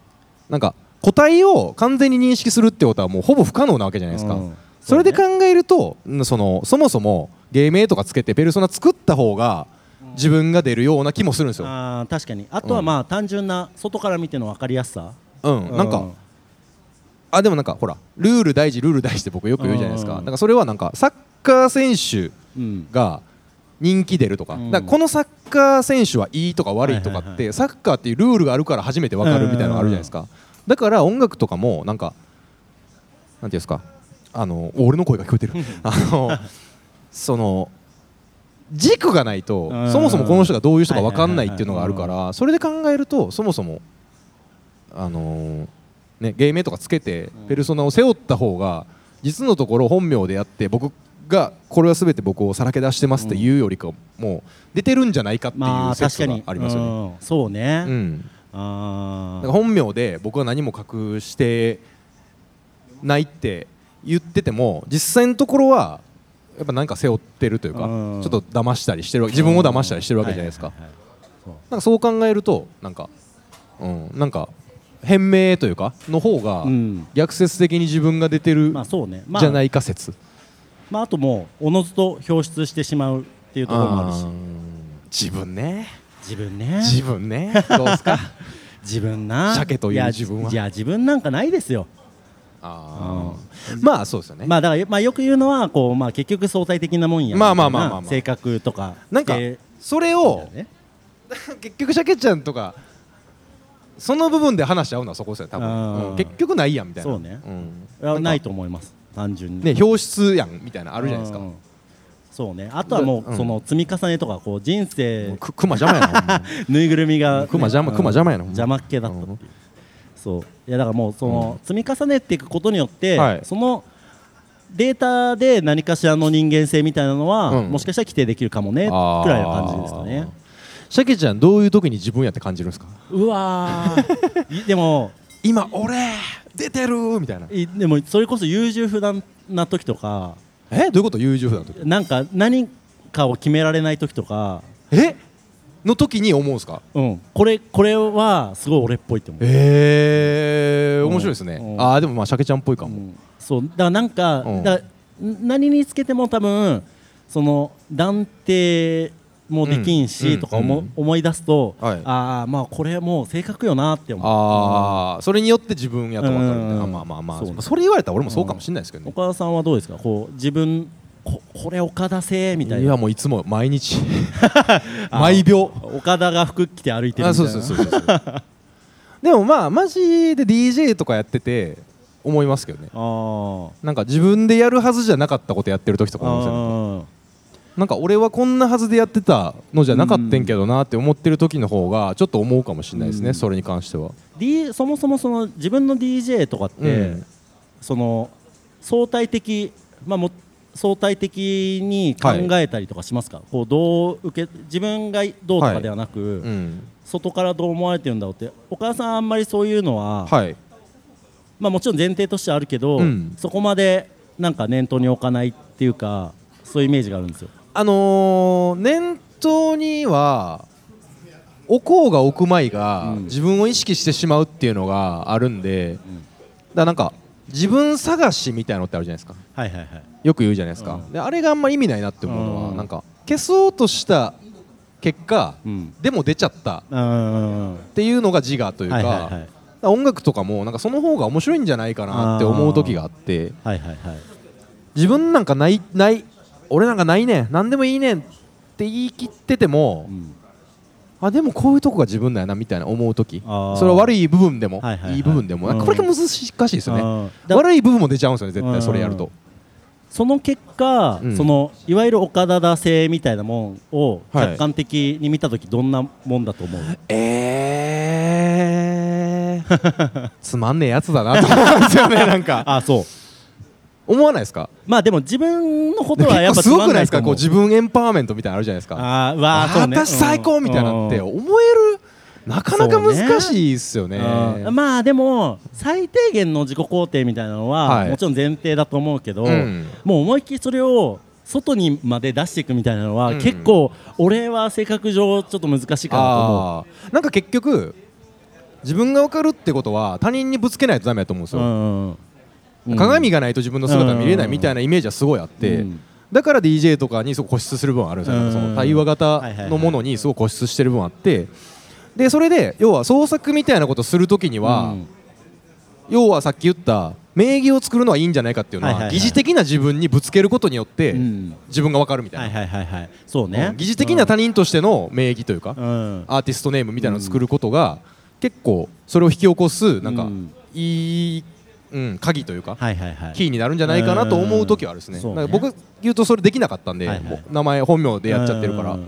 Speaker 1: なんか個体を完全に認識するってことはもうほぼ不可能なわけじゃないですか、
Speaker 2: うん
Speaker 1: それで考
Speaker 2: そう
Speaker 1: えるとうんそのそもそも芸名とかつけてペルソナ作った方が自分が出るような気もするんですよ、
Speaker 2: あー確かにあとは
Speaker 1: うん
Speaker 2: まあ単純な外から見ての分かりやすさ
Speaker 1: うんなんか、あでもなんかほらルール大事ルール大事って僕よく言うじゃないです
Speaker 2: うん
Speaker 1: かなんかそれはなんかサッカー選手
Speaker 2: うん
Speaker 1: が人気出るとか,、
Speaker 2: うん
Speaker 1: だからこのサッカー選手はいいとか悪いとかって、
Speaker 2: はいはいは
Speaker 1: サッカーっていうルールがあるから初めて分かるみたいなのがあるじゃないですか、だから音楽とかもなんかなんていうんですかあの俺の声が聞こえてる あのその軸がないと、
Speaker 2: うん
Speaker 1: そもそもこの人がどういう人か分かんないっていうのがあるか
Speaker 2: はい
Speaker 1: ら、それで考えるとそもそもあのーね、芸名とかつけて
Speaker 2: うん
Speaker 1: ペルソナを背負った方が実のところ本名でやって僕がこれは全て僕をさらけ出してますっていうよりかもう出てるんじゃないかって
Speaker 2: ま
Speaker 1: い
Speaker 2: あ
Speaker 1: う
Speaker 2: 確
Speaker 1: 説
Speaker 2: か
Speaker 1: が
Speaker 2: に
Speaker 1: ありますよね。
Speaker 2: うんそうね、
Speaker 1: うん、
Speaker 2: あ
Speaker 1: だ
Speaker 2: ー
Speaker 1: から本名で僕は何も隠してないって言ってても実際のところはやっぱ何か背負ってるというかち
Speaker 2: う
Speaker 1: ょ
Speaker 2: ん
Speaker 1: っと騙したりしてるわけ自分を騙したりしてるわけじゃないですか
Speaker 2: は。ははいそう
Speaker 1: なんかそう考えるとなんか、うん、なんか変名というかの方が
Speaker 2: うん
Speaker 1: 逆説的に自分が出てる
Speaker 2: まあそうね、まあ、
Speaker 1: じゃないか説、
Speaker 2: まあ、あともうおのずと表出してしまうっていうところもあるし
Speaker 1: あー自分ね
Speaker 2: 自分ね
Speaker 1: 自分 ねどうですか
Speaker 2: 自分な
Speaker 1: 鮭という
Speaker 2: や
Speaker 1: 自分はい
Speaker 2: や自分なんかないですよ
Speaker 1: あーまあそうですよね、
Speaker 2: まあだから、まあ、よく言うのはこう、まあ、結局相対的なもんや
Speaker 1: まあまあまあまあまあ
Speaker 2: みたいな性格とか
Speaker 1: なんか
Speaker 2: で
Speaker 1: それを
Speaker 2: ね
Speaker 1: 結局シャケちゃんとかその部分で話し合うのはそこですよ多
Speaker 2: あー
Speaker 1: 分、うん結局ないやんみたいな
Speaker 2: そうね
Speaker 1: ん
Speaker 2: いや
Speaker 1: んか
Speaker 2: ないと思います単純に
Speaker 1: ね表出やんみたいなのあるじゃないですか
Speaker 2: うんそうねあとはもう、
Speaker 1: うん
Speaker 2: その積み重ねとかこう人生
Speaker 1: く熊邪魔やなほんまに
Speaker 2: ぬいぐるみが、ね、
Speaker 1: 熊邪魔
Speaker 2: うん
Speaker 1: 熊邪魔やなほんま
Speaker 2: 邪魔っ気だったっていう、そういやだからもうその、積み重ねていくことによって、
Speaker 1: はい
Speaker 2: そのデータで何かしらの人間性みたいなのは、
Speaker 1: うん
Speaker 2: もしかしたら規定できるかもねく
Speaker 1: あー
Speaker 2: らいの感じですかね。
Speaker 1: シャケちゃんどういう時に自分やって感じるんですか
Speaker 2: うわー いでも
Speaker 1: 今俺出てるみたいない
Speaker 2: でもそれこそ優柔不断な時とか
Speaker 1: えどういうこと優柔不断の時
Speaker 2: なんか何かを決められない時とか、
Speaker 1: えの時に思うんですか
Speaker 2: うん、これこれはすごい俺っぽいと思う。
Speaker 1: えー、面白いですね、
Speaker 2: うん
Speaker 1: ああでもまあシャケちゃんっぽいか
Speaker 2: う
Speaker 1: も、
Speaker 2: んそうだからなんか,、
Speaker 1: うん
Speaker 2: だからん何につけても多分その断定もできんし、
Speaker 1: うん
Speaker 2: とか思,、
Speaker 1: うん
Speaker 2: 思い出すと、
Speaker 1: はい
Speaker 2: ああまあこれもう性格よなって思う
Speaker 1: ああそれによって自分やと分かるみたいな
Speaker 2: うん
Speaker 1: あまあまあまあ
Speaker 2: そう
Speaker 1: そ,、れ言われたら俺もそうかもしれないですけどね、
Speaker 2: 岡田さんはどうですかこう自分ここれ岡田製みたい
Speaker 1: い
Speaker 2: な
Speaker 1: やもういつも毎 日毎秒
Speaker 2: 岡田が服着て歩いてる
Speaker 1: あ
Speaker 2: みた
Speaker 1: そ
Speaker 2: いうな
Speaker 1: そうそうそう そうでもまあマジで DJ とかやってて思いますけどね
Speaker 2: あ
Speaker 1: なんか自分でやるはずじゃなかったことやってる時と
Speaker 2: ー
Speaker 1: か思うんですよね
Speaker 2: あ
Speaker 1: なんか俺はこんなはずでやってたのじゃなかったんけどなって思ってる時の方がちょっと思うかもしれないですね、
Speaker 2: うん
Speaker 1: それに関しては。
Speaker 2: ー、D、そもそもその自分の DJ とかって、
Speaker 1: うん
Speaker 2: その相対的、まあ、も相対的に考えたりとかしますか、こうどう受け自分がどうとかではなく、
Speaker 1: うん
Speaker 2: 外からどう思われてるんだろうってお母さんあんまりそういうのは、
Speaker 1: はい、
Speaker 2: まあ、もちろん前提としてあるけど、
Speaker 1: うん
Speaker 2: そこまでなんか念頭に置かないっていうかそういうイメージがあるんですよ。
Speaker 1: あのー念頭には置こうが置くまいが、
Speaker 2: うん
Speaker 1: 自分を意識してしまうっていうのがあるんで、だからなんか自分探しみたいなのってあるじゃないですか
Speaker 2: はいはいはい、
Speaker 1: よく言うじゃないですか、
Speaker 2: うん
Speaker 1: であれがあんま意味ないなって思うのは、
Speaker 2: うん
Speaker 1: なんか消そうとした結果、
Speaker 2: うん
Speaker 1: でも出ちゃった
Speaker 2: うーん
Speaker 1: っていうのが自我というか。
Speaker 2: はいはいはい
Speaker 1: だから音楽とかもなんかその方が面白いんじゃないかなって思う時があって
Speaker 2: はいはいはい
Speaker 1: 自分なんかないない俺なんかないねん何でもいいねんって言い切ってても、
Speaker 2: うん
Speaker 1: あでもこういうとこが自分だよなみたいな思う時
Speaker 2: あー
Speaker 1: それは悪い部分でも、
Speaker 2: はい
Speaker 1: い
Speaker 2: はいはい
Speaker 1: い、部分でもなんかこれが難しいですよ
Speaker 2: う
Speaker 1: ね、
Speaker 2: んだ
Speaker 1: 悪い部分も出ちゃうんですよね絶
Speaker 2: うん
Speaker 1: 対それやると、
Speaker 2: その結果、
Speaker 1: うん
Speaker 2: そのいわゆる岡田だ性みたいなもんを
Speaker 1: はい
Speaker 2: 客観的に見たときどんなもんだと思う、
Speaker 1: えーつまんねえやつだなと思うんですよねなん か
Speaker 2: あそう
Speaker 1: 思わないですか
Speaker 2: まあでも自分のことはやっ
Speaker 1: 結構
Speaker 2: ぱ
Speaker 1: すごくないですか
Speaker 2: つま
Speaker 1: こうん
Speaker 2: と
Speaker 1: 自分エンパワーメントみたいなのあるじゃないですか
Speaker 2: 思うあーわーそうね
Speaker 1: 私最高みたいなって
Speaker 2: うん
Speaker 1: 思えるなかなか難しいですよね
Speaker 2: うんまあでも最低限の自己肯定みたいなのは、
Speaker 1: はい
Speaker 2: もちろん前提だと思うけど、
Speaker 1: うん
Speaker 2: もう思いっきりそれを外にまで出していくみたいなのは、
Speaker 1: うん
Speaker 2: 結構俺は性格上ちょっと難しいかなと思う。
Speaker 1: あーなんか結局自分が分かるってことは他人にぶつけないとダメだと思うんです
Speaker 2: う
Speaker 1: よ、
Speaker 2: んうん
Speaker 1: 鏡がないと自分の姿見れないみたいなイメージはすごいあって、
Speaker 2: うん
Speaker 1: だから DJ とかにすごい固執する部分あるんですよ、
Speaker 2: うん
Speaker 1: その対話型のものにすごい固執してる部分あってでそれで要は創作みたいなことするときには、
Speaker 2: うん
Speaker 1: 要はさっき言った名義を作るのはいいんじゃないかっていうのは,、
Speaker 2: はいはいはい
Speaker 1: 疑似的な自分にぶつけることによって、
Speaker 2: うん
Speaker 1: 自分が分かるみたいな、
Speaker 2: はいはいはいはいそう
Speaker 1: う
Speaker 2: ね
Speaker 1: ん疑似的な他人としての名義というか、
Speaker 2: うん
Speaker 1: アーティストネームみたいなのを作ることが、結構それを引き起こすなんか、
Speaker 2: うん
Speaker 1: いい、うん、鍵というか、
Speaker 2: はいはいはい
Speaker 1: キーになるんじゃないかなと思う時はあるですね,、
Speaker 2: うんそうね
Speaker 1: なんか僕言うとそれできなかったんで、
Speaker 2: はいはい
Speaker 1: もう名前本名でやっちゃってるから
Speaker 2: うん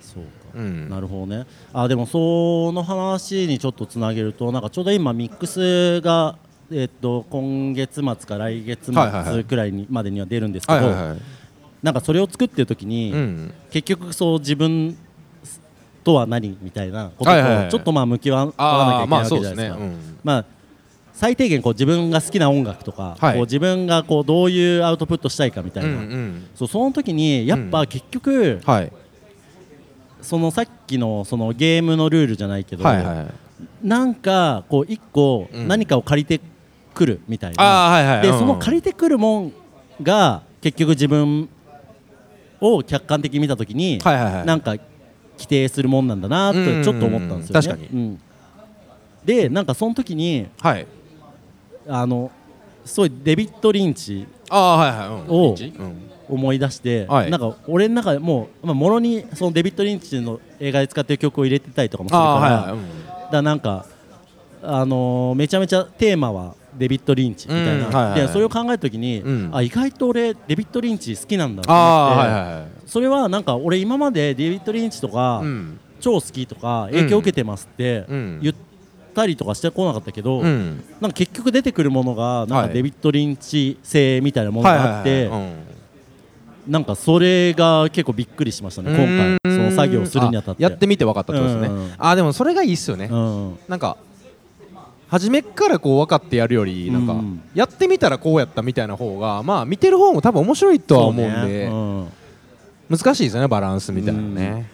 Speaker 2: そうか、
Speaker 1: うん
Speaker 2: なるほどねあでもその話にちょっとつなげるとなんかちょうど今ミックスが、えっと今月末か来月
Speaker 1: はいはいは
Speaker 2: 末
Speaker 1: い
Speaker 2: くらいにまでには出るんですけ
Speaker 1: はい
Speaker 2: ど
Speaker 1: はいはい
Speaker 2: なんかそれを作ってる時に、
Speaker 1: うん
Speaker 2: 結局そう自分とは何みたいなことと
Speaker 1: はいはいはい
Speaker 2: ちょっとまあ向き合わなきゃ
Speaker 1: ああ
Speaker 2: いけない
Speaker 1: ま
Speaker 2: わ
Speaker 1: あ
Speaker 2: け
Speaker 1: そう
Speaker 2: じ
Speaker 1: で
Speaker 2: ゃな
Speaker 1: す
Speaker 2: いで
Speaker 1: ね、
Speaker 2: す
Speaker 1: う
Speaker 2: か。
Speaker 1: ん、
Speaker 2: まあ、最低限こう自分が好きな音楽とか、
Speaker 1: はい
Speaker 2: こう自分がこうどういうアウトプットしたいかみたい
Speaker 1: うんう
Speaker 2: な、
Speaker 1: ん
Speaker 2: そうその時にやっ
Speaker 1: う
Speaker 2: ぱ
Speaker 1: ん
Speaker 2: 結局、
Speaker 1: はい
Speaker 2: そのさっきのそのゲームのルールじゃないけど、
Speaker 1: はいはいはい
Speaker 2: なんかこう一個
Speaker 1: うん
Speaker 2: 何かを借りてくるみたいな、
Speaker 1: ああはいはい
Speaker 2: で
Speaker 1: うん
Speaker 2: その借りてくるもんが結局自分を客観的に見た時に、
Speaker 1: はいはいはい
Speaker 2: なんか規定するもんなんだなっ
Speaker 1: うんうんう
Speaker 2: て
Speaker 1: ん
Speaker 2: ちょっと思ったんですよね。
Speaker 1: 確かに
Speaker 2: うんでなんかその時に
Speaker 1: はい
Speaker 2: あのすごいデビッド・リンチ
Speaker 1: ああはいはいうんう
Speaker 2: を
Speaker 1: ん
Speaker 2: 思い出して、
Speaker 1: はい
Speaker 2: なんか俺の中でもう、まあ、もろにそのデビッド・リンチの映画で使ってる曲を入れてたりとかもするから
Speaker 1: ああはいはいうん
Speaker 2: だからなんか、あのーめちゃめちゃテーマはデビッド・リンチみたいな、
Speaker 1: うんはいはいはい
Speaker 2: でそれを考えた時に、
Speaker 1: うん
Speaker 2: あ意外と俺デビッド・リンチ好きなんだと
Speaker 1: ああ
Speaker 2: 思
Speaker 1: は
Speaker 2: っ
Speaker 1: い
Speaker 2: て、
Speaker 1: はいはい
Speaker 2: それはなんか俺今までデビッド・リンチとか、
Speaker 1: うん
Speaker 2: 超好きとか影響受けてますって
Speaker 1: うん
Speaker 2: 言ったりとかしてこなかったけど、
Speaker 1: うん
Speaker 2: なんか結局出てくるものがなん
Speaker 1: は
Speaker 2: か
Speaker 1: い
Speaker 2: デビッド・リンチ性みたいなものがあっ
Speaker 1: は
Speaker 2: て、
Speaker 1: いはいはいうん
Speaker 2: なんかそれが結構びっくりしましたね今
Speaker 1: う
Speaker 2: 回
Speaker 1: ん
Speaker 2: その作業するにあたって
Speaker 1: やってみて分かったってことですね、
Speaker 2: うん
Speaker 1: あーでもそれがいいっすよね、
Speaker 2: うん
Speaker 1: なんか初めっからこう分かってやるよりなんか、
Speaker 2: うん
Speaker 1: やってみたらこうやったみたいな方がまあ見てる方も多分面白いとは思うん
Speaker 2: そ
Speaker 1: で、
Speaker 2: ねうん
Speaker 1: 難しいですよねバランスみたいなね、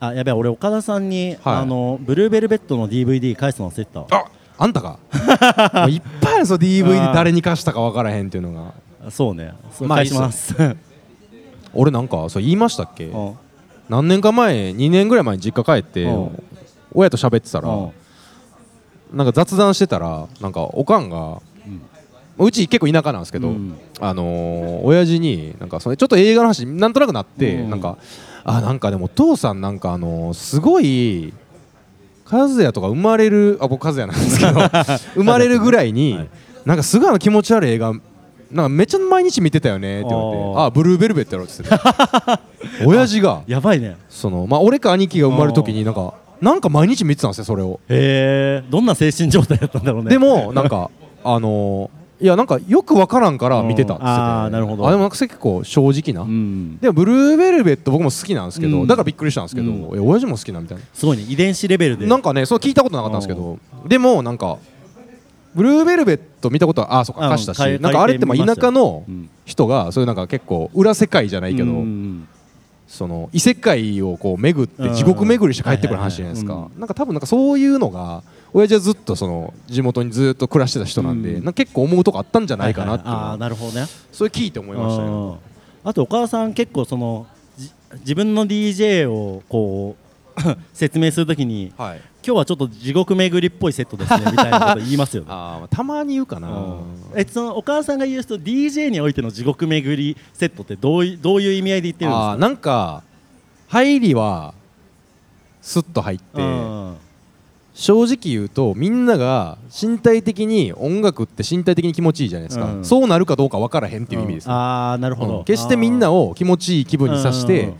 Speaker 2: あやべえ俺岡田さんに、
Speaker 1: はい
Speaker 2: あのブルーベルベットの DVD 返すの忘れてたわ
Speaker 1: ああんたが もういっぱいあるんですよ DVD 誰に貸したか分からへんっていうのが
Speaker 2: あそうねそれ
Speaker 1: まあ
Speaker 2: 返します、
Speaker 1: 俺なんかそれ言いましたっけ、
Speaker 2: うん
Speaker 1: 何年か前2年ぐらい前に実家帰って、
Speaker 2: うん
Speaker 1: 親と喋ってたら、
Speaker 2: うん
Speaker 1: なんか雑談してたらなんかおかんが、うち結構田舎なんですけど、
Speaker 2: うん
Speaker 1: あのー親父になんかそれちょっと映画の話なんとなくなって、
Speaker 2: うん
Speaker 1: なんかあなんかでも父さんなんかあのーすごい和也とか生まれるあ僕和也なんですけ ど生まれるぐらいに、なんかすごいあの気持ち悪い映画なんかめっちゃ毎日見てたよねって言われて
Speaker 2: あー
Speaker 1: あブルーベルベットやろって言って親父が
Speaker 2: やばいね
Speaker 1: そのまあ俺か兄貴が生まれる時になんかなんか毎日見てたんですよそれを。
Speaker 2: へえどんな精神状態だったんだろうね
Speaker 1: でもなんかあのーいやなんかよくわからんから見てたっつってて
Speaker 2: うんあーなるほど
Speaker 1: あでもなんかそれ結構正直
Speaker 2: う
Speaker 1: な、
Speaker 2: ん
Speaker 1: でもブルーベルベット僕も好きなんですけど、
Speaker 2: うん
Speaker 1: だからびっくりしたんですけど、
Speaker 2: うん
Speaker 1: いや親父も好きなみたいな、
Speaker 2: すごいね遺伝子レベルで
Speaker 1: なんかねそう聞いたことなかったんですけど、でもなんかブルーベルベット見たことはああそう
Speaker 2: う
Speaker 1: か
Speaker 2: ん
Speaker 1: 貸したし、
Speaker 2: 借り
Speaker 1: なんかあれってま
Speaker 2: 借り
Speaker 1: あ田
Speaker 2: てみました
Speaker 1: 舎の
Speaker 2: うん
Speaker 1: 人がそういうなんか結構裏世界じゃないけど、
Speaker 2: うん
Speaker 1: その異世界をこう巡って地獄巡りして帰ってくる話じゃないです
Speaker 2: うんはいはい
Speaker 1: か
Speaker 2: は
Speaker 1: なんか多分なんかそういうのが親父はずっとその地元にずっと暮らしてた人なんで
Speaker 2: うん
Speaker 1: なんか結構思うとこあったんじゃないかなっていう
Speaker 2: はははあー
Speaker 1: のは
Speaker 2: なるほどね
Speaker 1: それ聞いて思いましたね
Speaker 2: うんあとお母さん結構そのじ自分の DJ をこう 説明するときに
Speaker 1: はい
Speaker 2: 今日はちょっと地獄巡りっぽいセットですねみたいなこと言いますよね
Speaker 1: あーまあたまに言うかな
Speaker 2: えそのお母さんが言うと DJ においての地獄巡りセットってどういどういう意味合いで言ってるんです
Speaker 1: あー
Speaker 2: か
Speaker 1: なんか入りはスッと入って
Speaker 2: うん
Speaker 1: 正直言うとみんなが身体的に音楽って身体的に気持ちいいじゃないです
Speaker 2: う
Speaker 1: か
Speaker 2: ん
Speaker 1: そうなるかどうか分からへんっていう意味ですね
Speaker 2: ああなるほど、
Speaker 1: うん決してみんな
Speaker 2: を
Speaker 1: を気持ちいい気分にさして、
Speaker 2: うん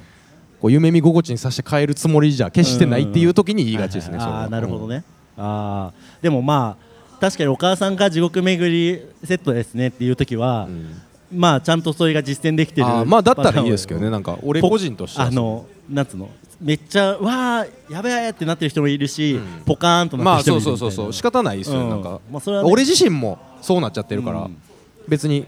Speaker 1: こう夢見心地にさせて変えるつもりじゃ決してないっていう時に言いがちですね、それは
Speaker 2: ああーなるほど、ね、ああでもまあ確かにお母さんが地獄巡りセットですねっていう時は、
Speaker 1: うん
Speaker 2: まあちゃんとそれが実践できてる
Speaker 1: あーまあだったらいいですけどね
Speaker 2: パ
Speaker 1: なんか俺
Speaker 2: ターンを
Speaker 1: 個人としては
Speaker 2: あのなんつうのめっちゃわーやべえってなってる人もいるし、
Speaker 1: うん
Speaker 2: ポカーンと
Speaker 1: ま
Speaker 2: なっ
Speaker 1: あ
Speaker 2: てる人
Speaker 1: そう
Speaker 2: もいる
Speaker 1: そうそう
Speaker 2: みたいな
Speaker 1: そう仕方ないですよ、
Speaker 2: うん
Speaker 1: なんか、
Speaker 2: まあそれはね
Speaker 1: 俺自身もそうなっちゃってるから、
Speaker 2: うん
Speaker 1: 別に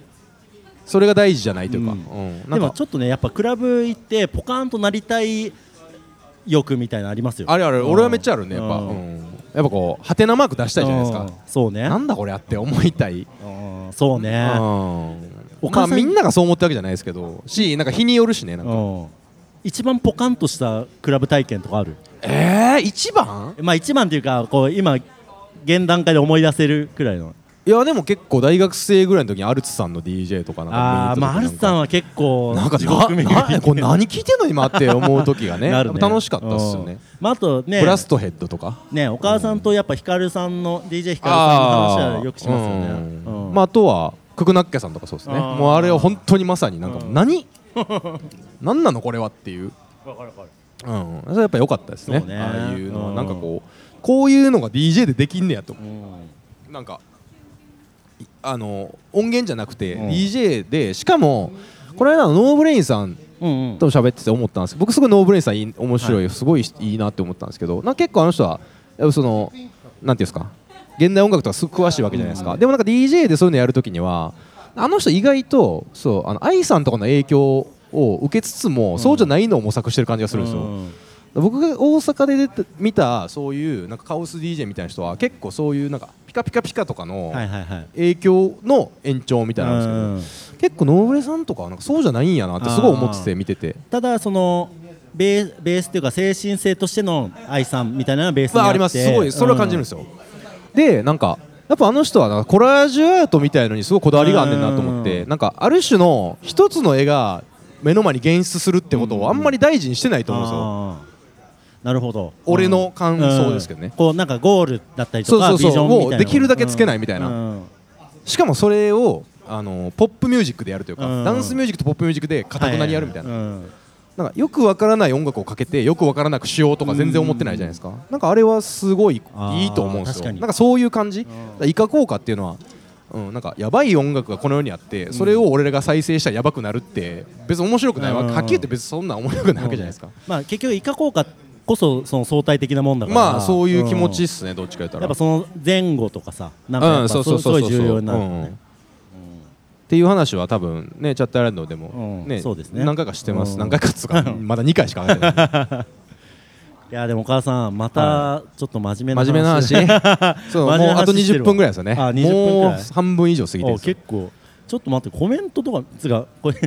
Speaker 1: それが大事じゃないというか、
Speaker 2: う
Speaker 1: うんん
Speaker 2: で
Speaker 1: なん
Speaker 2: も
Speaker 1: か
Speaker 2: ちょっとねやっぱクラブ行ってポカーンとなりたい欲みたいなのありますよ
Speaker 1: あれあれ俺はめっちゃあるねやっぱ、
Speaker 2: うん
Speaker 1: うんやっぱこうハテナマーク出したいじゃないですか、
Speaker 2: うんそうね
Speaker 1: なんだこれやって思いたい、
Speaker 2: うんそう
Speaker 1: う
Speaker 2: ね
Speaker 1: んま
Speaker 2: お母
Speaker 1: あ
Speaker 2: さん
Speaker 1: みんながそう思ったわけじゃないですけどしなんか日によるしねなんか、
Speaker 2: うん一番ポカンとしたクラブ体験とかある
Speaker 1: えー、一番
Speaker 2: まあ一番っていうかこう今現段階で思い出せるくらいの
Speaker 1: いやでも結構大学生ぐらいの時にアルツさんの DJ とかなん
Speaker 2: あ
Speaker 1: か
Speaker 2: あまあアルスさん
Speaker 1: は
Speaker 2: は結構
Speaker 1: なんか
Speaker 2: 地獄
Speaker 1: な
Speaker 2: 耳
Speaker 1: なこれ何聞いてんの今って思う時がね
Speaker 2: なるね
Speaker 1: 楽しかったっすよね、
Speaker 2: うんまああとね
Speaker 1: ブラストヘッドとか
Speaker 2: ねお母さんとやっぱヒカルさんの DJ ヒカルさんの話はよくしますよね
Speaker 1: うん
Speaker 2: うん
Speaker 1: まあ、あとはククナッケさんとかそうですね
Speaker 2: あー
Speaker 1: もうあれは本当にまさになんか
Speaker 2: うん
Speaker 1: 何 何なのこれはっていう、うん、それはやっぱ良かったですね
Speaker 2: そうね
Speaker 1: ああいうの
Speaker 2: う
Speaker 1: は
Speaker 2: ん
Speaker 1: なんかこうこういうのが DJ でできんねやと
Speaker 2: うん
Speaker 1: なんかいあの音源じゃなくて
Speaker 2: うん
Speaker 1: DJ でしかもこの間のノーブレインさん
Speaker 2: うんうん
Speaker 1: と喋ってて思ったんですけど僕すごいノーブレインさんいい面白い、すごいいいなって思ったんですけどなんか結構あの人はやっぱそのなんていうんですか現代音楽とかすごく詳しいわけじゃないですか、でもなんか DJ でそういうのやるときにはあの人意外とそうあの AI さんとかの影響を受けつつも、そうじゃないのを模索してる感じがするんですよ、
Speaker 2: うん
Speaker 1: 僕が大阪で出て見たそういうなんかカオス DJ みたいな人は結構そういうなんかピカピカピカとかの
Speaker 2: はいはいはい
Speaker 1: 影響の延長みたいなんですけど、
Speaker 2: うん
Speaker 1: 結構ノーブレインさんとかはなんかそうじゃないんやなってすごい思って
Speaker 2: あ
Speaker 1: て見てて
Speaker 2: ただそのベーベースっていうか精神性としての愛さんみたいなのはベースに
Speaker 1: まあ、
Speaker 2: あ
Speaker 1: あ
Speaker 2: って
Speaker 1: りますすごいそれは感じるんですよ、でなんかやっぱあの人はなんかコラージュアートみたいのにすごいこだわりがあんねんなと思って
Speaker 2: うん
Speaker 1: なんかある種の一つの絵が目の前に現出するってことをあんまり大事にしてないと思うんですよ
Speaker 2: あーなるほど
Speaker 1: 俺の感想ですけどね
Speaker 2: うんこうなんかゴールだったりとか
Speaker 1: そうそうそう
Speaker 2: ビジョンみたいなの
Speaker 1: をできるだけつけないみたいな
Speaker 2: うんうん
Speaker 1: しかもそれをあのポップミュージックでやるというか、
Speaker 2: うん
Speaker 1: ダンスミュージックとポップミュージックでかたくなにやるみたいな,、
Speaker 2: ははうん
Speaker 1: なんかよくわからない音楽をかけてよくわからなくしようとか全然思ってないじゃないですか、なんかあれはすごいいい
Speaker 2: あー
Speaker 1: と思うんです
Speaker 2: 確
Speaker 1: よ
Speaker 2: か
Speaker 1: なん
Speaker 2: に
Speaker 1: かそういう感じ、だからイカ効果っていうのは、うん、なんかやばい音楽がこの世にあってそれを俺らが再生したらやばくなるって別に面白くないわけ、
Speaker 2: うん
Speaker 1: はっきり言って別にそんな面白くないわけじゃないですか、
Speaker 2: まあ結局イカ効果こそその相対的なもんだから
Speaker 1: まあそういう気持ち
Speaker 2: う
Speaker 1: っ
Speaker 2: ん
Speaker 1: すね、どっちか言ったら
Speaker 2: やっぱその前後とかさなんかやっぱすごいすごい重要になるよ
Speaker 1: うん
Speaker 2: ね
Speaker 1: っていう話は多分ねチャットアイランドでも、
Speaker 2: うん
Speaker 1: ね
Speaker 2: そうですね
Speaker 1: 何回かしてます、
Speaker 2: うん
Speaker 1: 何回かっつうかまだ2回しか上がってない
Speaker 2: いやでもお母さんまたちょっと真面目な
Speaker 1: 真面目な話 そうも
Speaker 2: 真面
Speaker 1: う
Speaker 2: 目な話
Speaker 1: あと
Speaker 2: してる
Speaker 1: 20
Speaker 2: わ
Speaker 1: 分ぐらいですよね
Speaker 2: あ20分ぐらい
Speaker 1: もう半分以上過ぎてるん
Speaker 2: お
Speaker 1: ですよ
Speaker 2: 結構ちょっと待ってコメントとかつうかこれ
Speaker 1: コ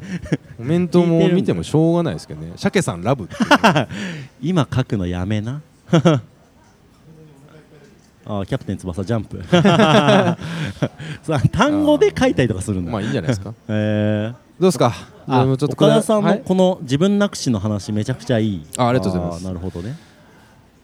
Speaker 1: メント
Speaker 2: 聞いて
Speaker 1: も
Speaker 2: るんだ
Speaker 1: 見てもしょうがないですけどね鮭さんラブっていう
Speaker 2: 今書くのやめな あーキャプテン翼ジャンプ さ単語で書いたりとかするんだ、
Speaker 1: まあいいんじゃない ですか
Speaker 2: えー
Speaker 1: どうですか
Speaker 2: あ
Speaker 1: でも
Speaker 2: 岡
Speaker 1: ちょっとこれ
Speaker 2: 田さん
Speaker 1: は
Speaker 2: の
Speaker 1: いど
Speaker 2: この自分なくしの話めちゃくちゃいい
Speaker 1: あありがとうございます
Speaker 2: あーなるほどね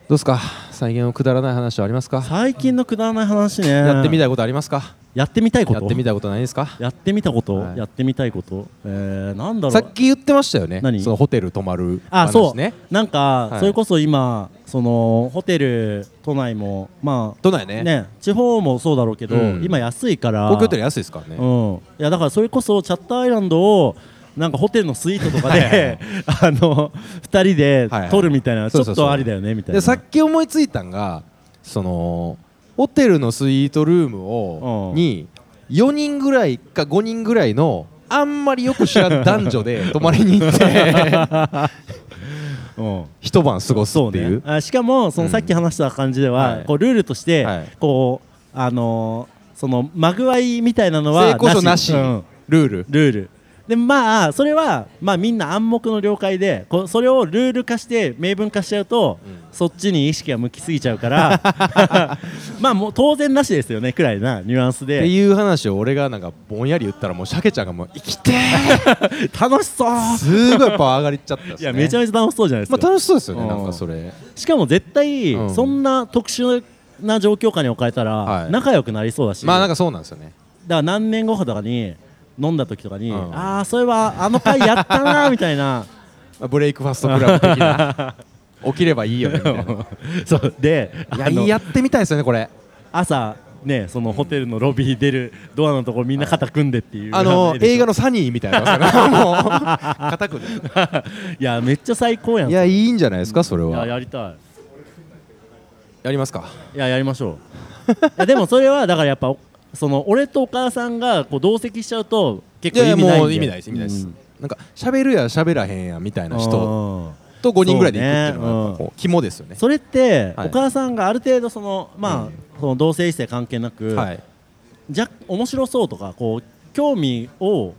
Speaker 1: うですか再現をくだらない話はありますか
Speaker 2: 最近のくだらない話ね
Speaker 1: やってみたいことありますか
Speaker 2: やってみたいこと
Speaker 1: やってみたいことないですか
Speaker 2: やってみたこと、
Speaker 1: はい
Speaker 2: やってみたいことえー、なんだろう
Speaker 1: さっき言ってましたよね
Speaker 2: 何
Speaker 1: そのホテル泊まる
Speaker 2: あ
Speaker 1: 話
Speaker 2: そう、
Speaker 1: ね
Speaker 2: なんか、
Speaker 1: はい
Speaker 2: それこそ今そのホテル都内もまあ
Speaker 1: 都内ね
Speaker 2: ね地方もそうだろうけど、
Speaker 1: うん
Speaker 2: 今安いから
Speaker 1: 高級ホテル安いですからね、
Speaker 2: うんいやだからそれこそチャットアイランドをなんかホテルのスイートとかで あの二人で
Speaker 1: はいはい
Speaker 2: 撮るみたいな、
Speaker 1: そう
Speaker 2: ちょ
Speaker 1: そうそう
Speaker 2: っとありだよねみたい
Speaker 1: で
Speaker 2: な
Speaker 1: さっき思いついたんがそのホテルのスイートルームを
Speaker 2: うん
Speaker 1: に4人ぐらいか5人ぐらいのあんまりよく知らん男女 で泊まりに行って
Speaker 2: うん
Speaker 1: 一晩過ごす
Speaker 2: そう
Speaker 1: ってい
Speaker 2: ね
Speaker 1: う。
Speaker 2: あしかもその
Speaker 1: うん
Speaker 2: さっき話した感じでは、
Speaker 1: はい
Speaker 2: こうルールとして、
Speaker 1: はい
Speaker 2: こうあのーそのまぐわいみたいなのは
Speaker 1: 成功者なし
Speaker 2: うん
Speaker 1: ルール
Speaker 2: ルールでまあそれはまあみんな暗黙の了解でこうそれをルール化して明文化しちゃうと、そっちに意識が向きすぎちゃうから まあもう当然なしですよねくらいなニュアンス
Speaker 1: って
Speaker 2: で
Speaker 1: いう話を俺がなんかぼんやり言ったらもう鮭ちゃんがもう生きてー
Speaker 2: 楽しそう
Speaker 1: すごいやっぱ上がりっちゃったっすね
Speaker 2: いやめちゃめちゃ楽しそうじゃないです
Speaker 1: ま
Speaker 2: か、
Speaker 1: あ楽しそうですよね
Speaker 2: うん
Speaker 1: なんかそれ
Speaker 2: しかも絶対、
Speaker 1: うん
Speaker 2: そんな特殊な状況下に置かれたら、
Speaker 1: はい
Speaker 2: 仲良くなりそうだし、
Speaker 1: まあなんかそうなんですよね
Speaker 2: だから何年後かとかに飲んだ時とかに、
Speaker 1: うん
Speaker 2: ああそういえばあの回やったなーみた いな
Speaker 1: まあブレイクファストクラブ的 な起きればいいよねみたいな
Speaker 2: そうで
Speaker 1: いや
Speaker 2: あの
Speaker 1: やってみたいですよねこれ
Speaker 2: 朝ねそのホテルのロビー出るドアのところみんな肩組んでっていう、
Speaker 1: あの
Speaker 2: でしょ
Speaker 1: 映画のサニーみたいなやつかなもう固くね
Speaker 2: いやめっちゃ最高やん
Speaker 1: いやいいんじゃないですかそれ
Speaker 2: いや
Speaker 1: は
Speaker 2: やりた
Speaker 1: やりますか
Speaker 2: いいややりましょういやでもそれはだからやっぱその俺とお母さんがこう同席しちゃうと結構意味ないんで
Speaker 1: もう意味ないです意味ないです
Speaker 2: うん
Speaker 1: なんか喋るや喋らへんやみたいな人
Speaker 2: うん
Speaker 1: と5人ぐらいで行くっていうのがやっぱこう肝ですよね
Speaker 2: それって、
Speaker 1: はい
Speaker 2: お母さんがある程度そのまあその同性異性関係なく、
Speaker 1: はい
Speaker 2: じゃ面白そうとかこう興味を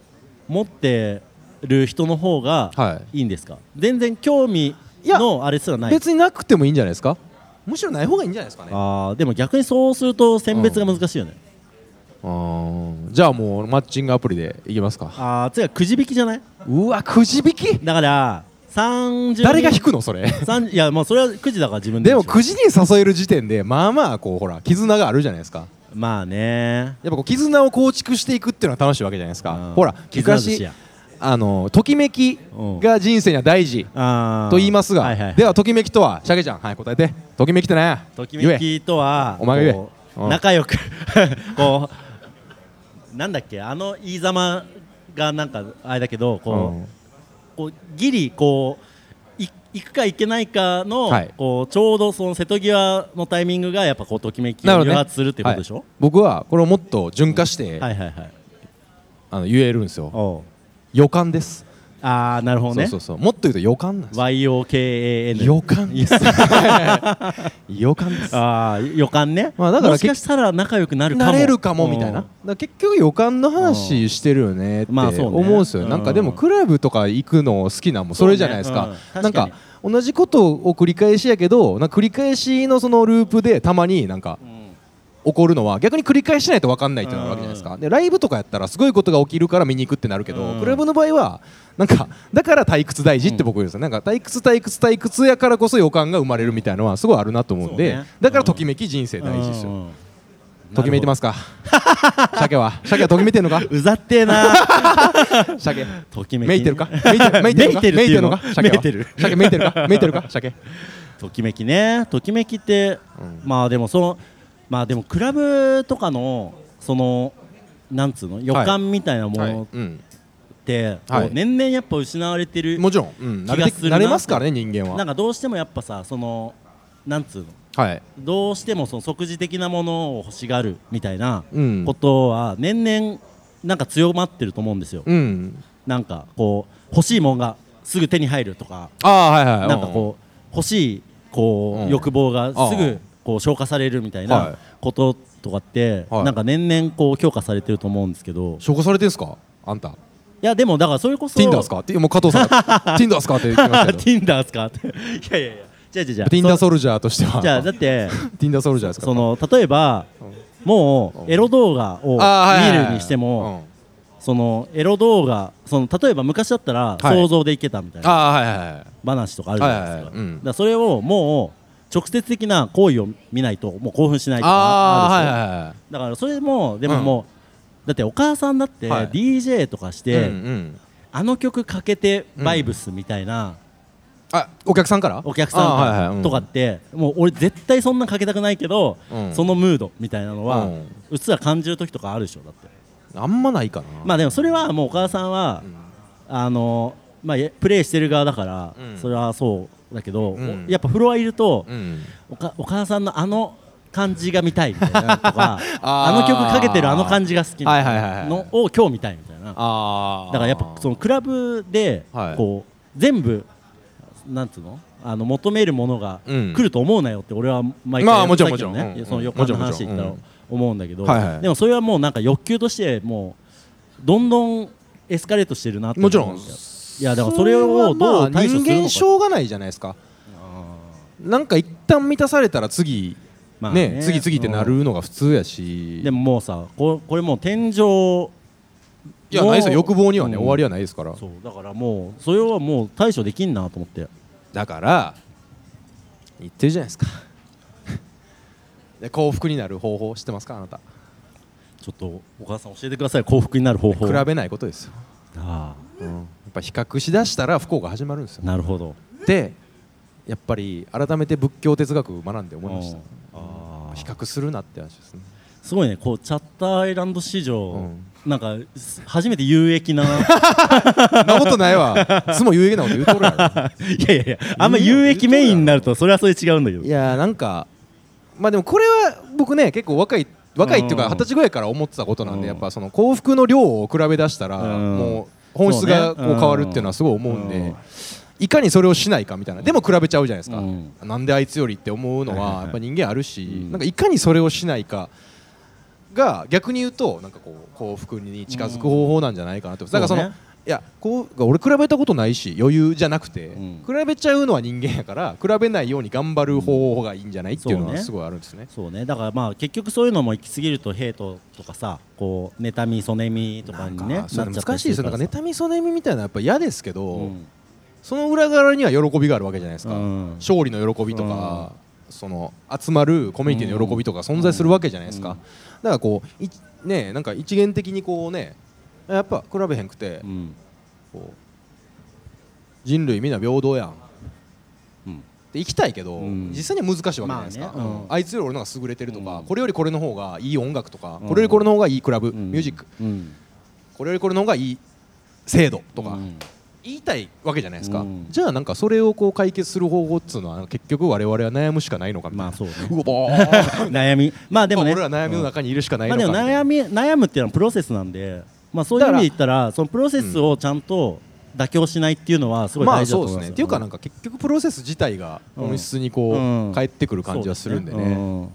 Speaker 2: 持ってる人の方が
Speaker 1: はい
Speaker 2: いんですか、全然興味
Speaker 1: いや
Speaker 2: のあれすらない
Speaker 1: 別になくてもいいんじゃないですかむしろない方がいいんじゃないですかねあ
Speaker 2: あーでも逆にそうすると選別が難しいよね、
Speaker 1: ーじゃあもうマッチングアプリでいきますか
Speaker 2: ああ次はくじ引きじゃないう
Speaker 1: わくじ引き
Speaker 2: だから30人
Speaker 1: 誰が引くのそれ
Speaker 2: 30いやまあそれはくじだから自分で
Speaker 1: でも
Speaker 2: しょ
Speaker 1: くじに誘える時点でまあまあこうほら絆があるじゃないですか
Speaker 2: まあね
Speaker 1: やっぱこう絆を構築していくっていうのは楽しいわけじゃないです
Speaker 2: う
Speaker 1: か
Speaker 2: ん
Speaker 1: ほら
Speaker 2: 絆寿
Speaker 1: 昔
Speaker 2: 司や
Speaker 1: あのときめきが人生には大事
Speaker 2: あー
Speaker 1: と言いますが、
Speaker 2: はいはい
Speaker 1: ではときめきとはシャケちゃんはい答えてときめきってね
Speaker 2: ときめきとは
Speaker 1: お前が言え
Speaker 2: こう
Speaker 1: うん
Speaker 2: 仲良く こうなんだっけあの言いざまがなんかあれだけどこう,、こうギリこうい行くか行けないかの、
Speaker 1: はい
Speaker 2: こうちょうどその瀬戸際のタイミングがやっぱこうときめきを誘発するっていうことでし
Speaker 1: は
Speaker 2: ょ
Speaker 1: い、僕はこれをもっと潤化して、
Speaker 2: はい、はいはいはい
Speaker 1: あの言えるんですよ
Speaker 2: おう
Speaker 1: 予感です
Speaker 2: ああなるほどね
Speaker 1: そうそうそうもっと言うと予感なんですよ
Speaker 2: YOKAN
Speaker 1: 予感 です 予感です
Speaker 2: ああ予感ね、
Speaker 1: まあだから
Speaker 2: もしかしたら仲良くなるかも
Speaker 1: なれるかもみたいなだ
Speaker 2: う
Speaker 1: か
Speaker 2: ん
Speaker 1: ら結局予感の話してるよねって
Speaker 2: まあそうね
Speaker 1: 思うんですよ、なんかでも
Speaker 2: うん
Speaker 1: クラブとか行くの好きなんもそれじゃないですか,、
Speaker 2: そうねうん
Speaker 1: なん
Speaker 2: 確かに
Speaker 1: か同じことを繰り返しやけどなんか繰り返しのそのループでたまになんか
Speaker 2: ん
Speaker 1: 起こるのは逆に繰り返しないと分かんないっていうのがあるわけじゃないですかでライブとかやったらすごいことが起きるから見に行くってなるけど、
Speaker 2: うん
Speaker 1: クラブの場合はなんかだから退屈大事って僕言うんですよ、なんか退屈退屈退屈やからこそ予感が生まれるみたいなのはすごいあるなと思うんで
Speaker 2: そうね
Speaker 1: だからときめき人生大事ですよ、
Speaker 2: うんうん
Speaker 1: ときめいてます か鮭は鮭はときめいてんのか
Speaker 2: うざってえ な
Speaker 1: 鮭
Speaker 2: ときめき
Speaker 1: めいてるかめい てるかめいてるかめいて
Speaker 2: めいて
Speaker 1: る
Speaker 2: る
Speaker 1: の
Speaker 2: の
Speaker 1: か鮭は
Speaker 2: めいてる
Speaker 1: 鮭めいてるかめいてるか鮭
Speaker 2: ときめきねときめきって、
Speaker 1: うん
Speaker 2: まあでもそのまあでもクラブとかのそのなんつうの予感みたいな も
Speaker 1: はい
Speaker 2: のっ
Speaker 1: うん
Speaker 2: て、
Speaker 1: はい
Speaker 2: こう年々やっぱ失われてる、
Speaker 1: もちろんうん慣れて
Speaker 2: 気がするな
Speaker 1: 慣れますからね人間
Speaker 2: な
Speaker 1: は
Speaker 2: んかどうしてもやっぱさそのなんつうの
Speaker 1: はい
Speaker 2: どうしてもその即時的なものを欲しがるみたいな
Speaker 1: うん
Speaker 2: ことは年々なんか強まってると思うんですよ、
Speaker 1: うん
Speaker 2: なんかこう欲しいもんがすぐ手に入るとか
Speaker 1: ああはいはい
Speaker 2: なんかこう欲しいこ
Speaker 1: うん
Speaker 2: う欲望がす
Speaker 1: うん
Speaker 2: ぐこう消化されるみたい
Speaker 1: はい
Speaker 2: なこととかって
Speaker 1: はい
Speaker 2: なんか年々こう強化されてると思うんですけど
Speaker 1: 証拠されてんすかあんた
Speaker 2: いやでもだからそれこそ
Speaker 1: Tinder っすかってもう加藤さん が Tinder っすかって言って ましたけ
Speaker 2: Tinder っすかっていやいやいやじゃあじゃあ
Speaker 1: ど
Speaker 2: じゃ
Speaker 1: Tinder
Speaker 2: あそ
Speaker 1: ソルジャーとしては
Speaker 2: じゃあだって
Speaker 1: Tinder ソルジャーですか
Speaker 2: その例えばもうエロ動画を
Speaker 1: あーはいはい
Speaker 2: 見
Speaker 1: はい
Speaker 2: るにしてもそのエロ動画その例えば昔だったら
Speaker 1: い
Speaker 2: 想像でいけたみたい
Speaker 1: うん
Speaker 2: な
Speaker 1: ああはいはいはい
Speaker 2: 話とかあるじゃないです
Speaker 1: はいはい
Speaker 2: か
Speaker 1: はいうん
Speaker 2: だからそれをもう直接的な行為を見ないともう興奮しないとか
Speaker 1: あ
Speaker 2: るでし
Speaker 1: あ
Speaker 2: ょ
Speaker 1: はいはいはい
Speaker 2: だからそれもでももう、だってお母さんだって
Speaker 1: はい
Speaker 2: DJ とかして、
Speaker 1: うんうん
Speaker 2: あの曲かけてバイブスみたいな
Speaker 1: あお客さんから
Speaker 2: お客さん
Speaker 1: あーはいはいうん
Speaker 2: とかってもう俺絶対そんなんかけたくないけど、
Speaker 1: うん
Speaker 2: そのムードみたいなのは、
Speaker 1: う
Speaker 2: うんつら感じる時とかあるでしょだって
Speaker 1: あんまないかな
Speaker 2: まあでもそれはもうお母さんは、あのまあえプレイしてる側だから、
Speaker 1: うん
Speaker 2: それはそうだけど、
Speaker 1: うん
Speaker 2: おやっぱフロアいると、
Speaker 1: うん
Speaker 2: おかお母さんのあの感じが見たいみたいなとか
Speaker 1: あ
Speaker 2: あ
Speaker 1: ー
Speaker 2: の曲かけてるあの感じが好きみたい
Speaker 1: はいはいはいは
Speaker 2: ないのを今日見たいみたいなだか
Speaker 1: ああ
Speaker 2: らやっぱそのクラブで
Speaker 1: はい
Speaker 2: こう全部なんつうのあの求めるものが
Speaker 1: うん
Speaker 2: 来ると思うなよって俺は毎回
Speaker 1: まあもちろん
Speaker 2: さっきの
Speaker 1: もちろんうん
Speaker 2: ねその予
Speaker 1: も
Speaker 2: 感
Speaker 1: ちろ
Speaker 2: の
Speaker 1: んもち
Speaker 2: 話
Speaker 1: ろん
Speaker 2: 言ったら思うんだけど
Speaker 1: はいはい
Speaker 2: でもそれはもうなんか欲求としてもうどんどんエスカレートしてるなって思
Speaker 1: も
Speaker 2: う
Speaker 1: ちろん
Speaker 2: だよいやだからそれをどう対処するのか
Speaker 1: 人間しょうがないじゃないですかなんか一旦満たされたら次、
Speaker 2: まあ
Speaker 1: ね次々ってなるのが普通やし
Speaker 2: でももうさここれもう天井
Speaker 1: いやないですよ欲望にはね、
Speaker 2: うん
Speaker 1: 終わりはないですから
Speaker 2: そうだからもうそれはもう対処できんなと思って
Speaker 1: だから言ってるじゃないですか で幸福になる方法知ってますかあなた
Speaker 2: ちょっとお母さん教えてください幸福になる方法
Speaker 1: 比べないことですよ、
Speaker 2: あ
Speaker 1: うんやっぱ比較しだしたら不幸が始まるんです
Speaker 2: あ
Speaker 1: よ
Speaker 2: なるほど
Speaker 1: でやっぱり改めて仏教哲学を学んで思いました
Speaker 2: ああ
Speaker 1: 比較するなって話ですね
Speaker 2: すごいねこうチャッターアイランド市場、
Speaker 1: うん
Speaker 2: なんかす初めて有益な い
Speaker 1: そんなことないわいつも有益なこと言うとるやろ
Speaker 2: やいやいやあんま有益メインになるとそれはそれで違うんだけど
Speaker 1: いやーなんかまあでもこれは僕ね結構若い若いっていう
Speaker 2: う
Speaker 1: か
Speaker 2: ん
Speaker 1: 二十歳ぐらいから思ってたことなんで
Speaker 2: う
Speaker 1: や
Speaker 2: ん
Speaker 1: っぱその幸福の量を比べ出したら
Speaker 2: うん
Speaker 1: もう本質がこ
Speaker 2: そうう
Speaker 1: 変
Speaker 2: ね
Speaker 1: わるっていうのはすごい思うん
Speaker 2: う
Speaker 1: で
Speaker 2: ん
Speaker 1: いかにそれをしないかみたいなでも比べちゃうじゃないですか
Speaker 2: うん
Speaker 1: なんであいつよりって思うの
Speaker 2: はいはいは
Speaker 1: はいやっぱ人間あるし
Speaker 2: うん
Speaker 1: なんかいかにそれをしないかが逆に言うとなんかこう幸福に近づく方法なんじゃないかなとだからそ
Speaker 2: そ
Speaker 1: の
Speaker 2: うね
Speaker 1: いやこう俺比べたことないし余裕じゃなくて、
Speaker 2: うん
Speaker 1: 比べちゃうのは人間やから比べないように頑張る方法がいいんじゃないっていうの
Speaker 2: そ
Speaker 1: は
Speaker 2: うね
Speaker 1: すごいあるんですね。
Speaker 2: そうねだからまあ結局そういうのも行き過ぎるとヘイトとかさこう妬み嫉みとかにね
Speaker 1: なんかそれ
Speaker 2: なっちゃった
Speaker 1: 難
Speaker 2: り
Speaker 1: しいですよ
Speaker 2: る
Speaker 1: なん
Speaker 2: ら
Speaker 1: か妬み嫉みみたいなのはやっぱ嫌ですけど、
Speaker 2: うん
Speaker 1: その裏側には喜びがあるわけじゃないですか、
Speaker 2: うん
Speaker 1: 勝利の喜びとか、その集まるコミュニティの喜びとか存在するわけじゃないですか、
Speaker 2: うん
Speaker 1: だからこういねなんか一元的にこうねやっぱ比べへんくて、
Speaker 2: うん
Speaker 1: こう人類みんな平等やん
Speaker 2: うん
Speaker 1: で行きたいけど、
Speaker 2: うん
Speaker 1: 実際には難しいわけじゃないですか、
Speaker 2: まあねうん
Speaker 1: あいつより俺の方が優れてるとか、
Speaker 2: うん
Speaker 1: これよりこれの方がいい音楽とか、
Speaker 2: うん
Speaker 1: これよりこれの方がいいクラブ、
Speaker 2: うん
Speaker 1: ミュージック
Speaker 2: うん
Speaker 1: これよりこれの方がいい制度とか、
Speaker 2: うん
Speaker 1: 言いたいわけじゃないですか、
Speaker 2: うん
Speaker 1: じゃあなんかそれをこう解決する方法っつうのは結局我々は悩むしかないのかみたい
Speaker 2: ま
Speaker 1: な、
Speaker 2: あそうね
Speaker 1: うわぼー
Speaker 2: 悩みまあ でもね
Speaker 1: 俺ら悩みの中にいるしかない
Speaker 2: ま
Speaker 1: の
Speaker 2: あ
Speaker 1: か
Speaker 2: でも
Speaker 1: みたいな
Speaker 2: 悩み悩むっていうのはプロセスなんで、まあ、そういう意味で言ったらそのプロセスをちゃんと妥協しないっていうのはすごい
Speaker 1: ま
Speaker 2: 大
Speaker 1: あ
Speaker 2: 事だと
Speaker 1: そうです
Speaker 2: 思います
Speaker 1: ね。
Speaker 2: よ
Speaker 1: っていうかなんか結局プロセス自体が本質にこう、
Speaker 2: うん
Speaker 1: 返ってくる感じはするんでね。
Speaker 2: うん
Speaker 1: うん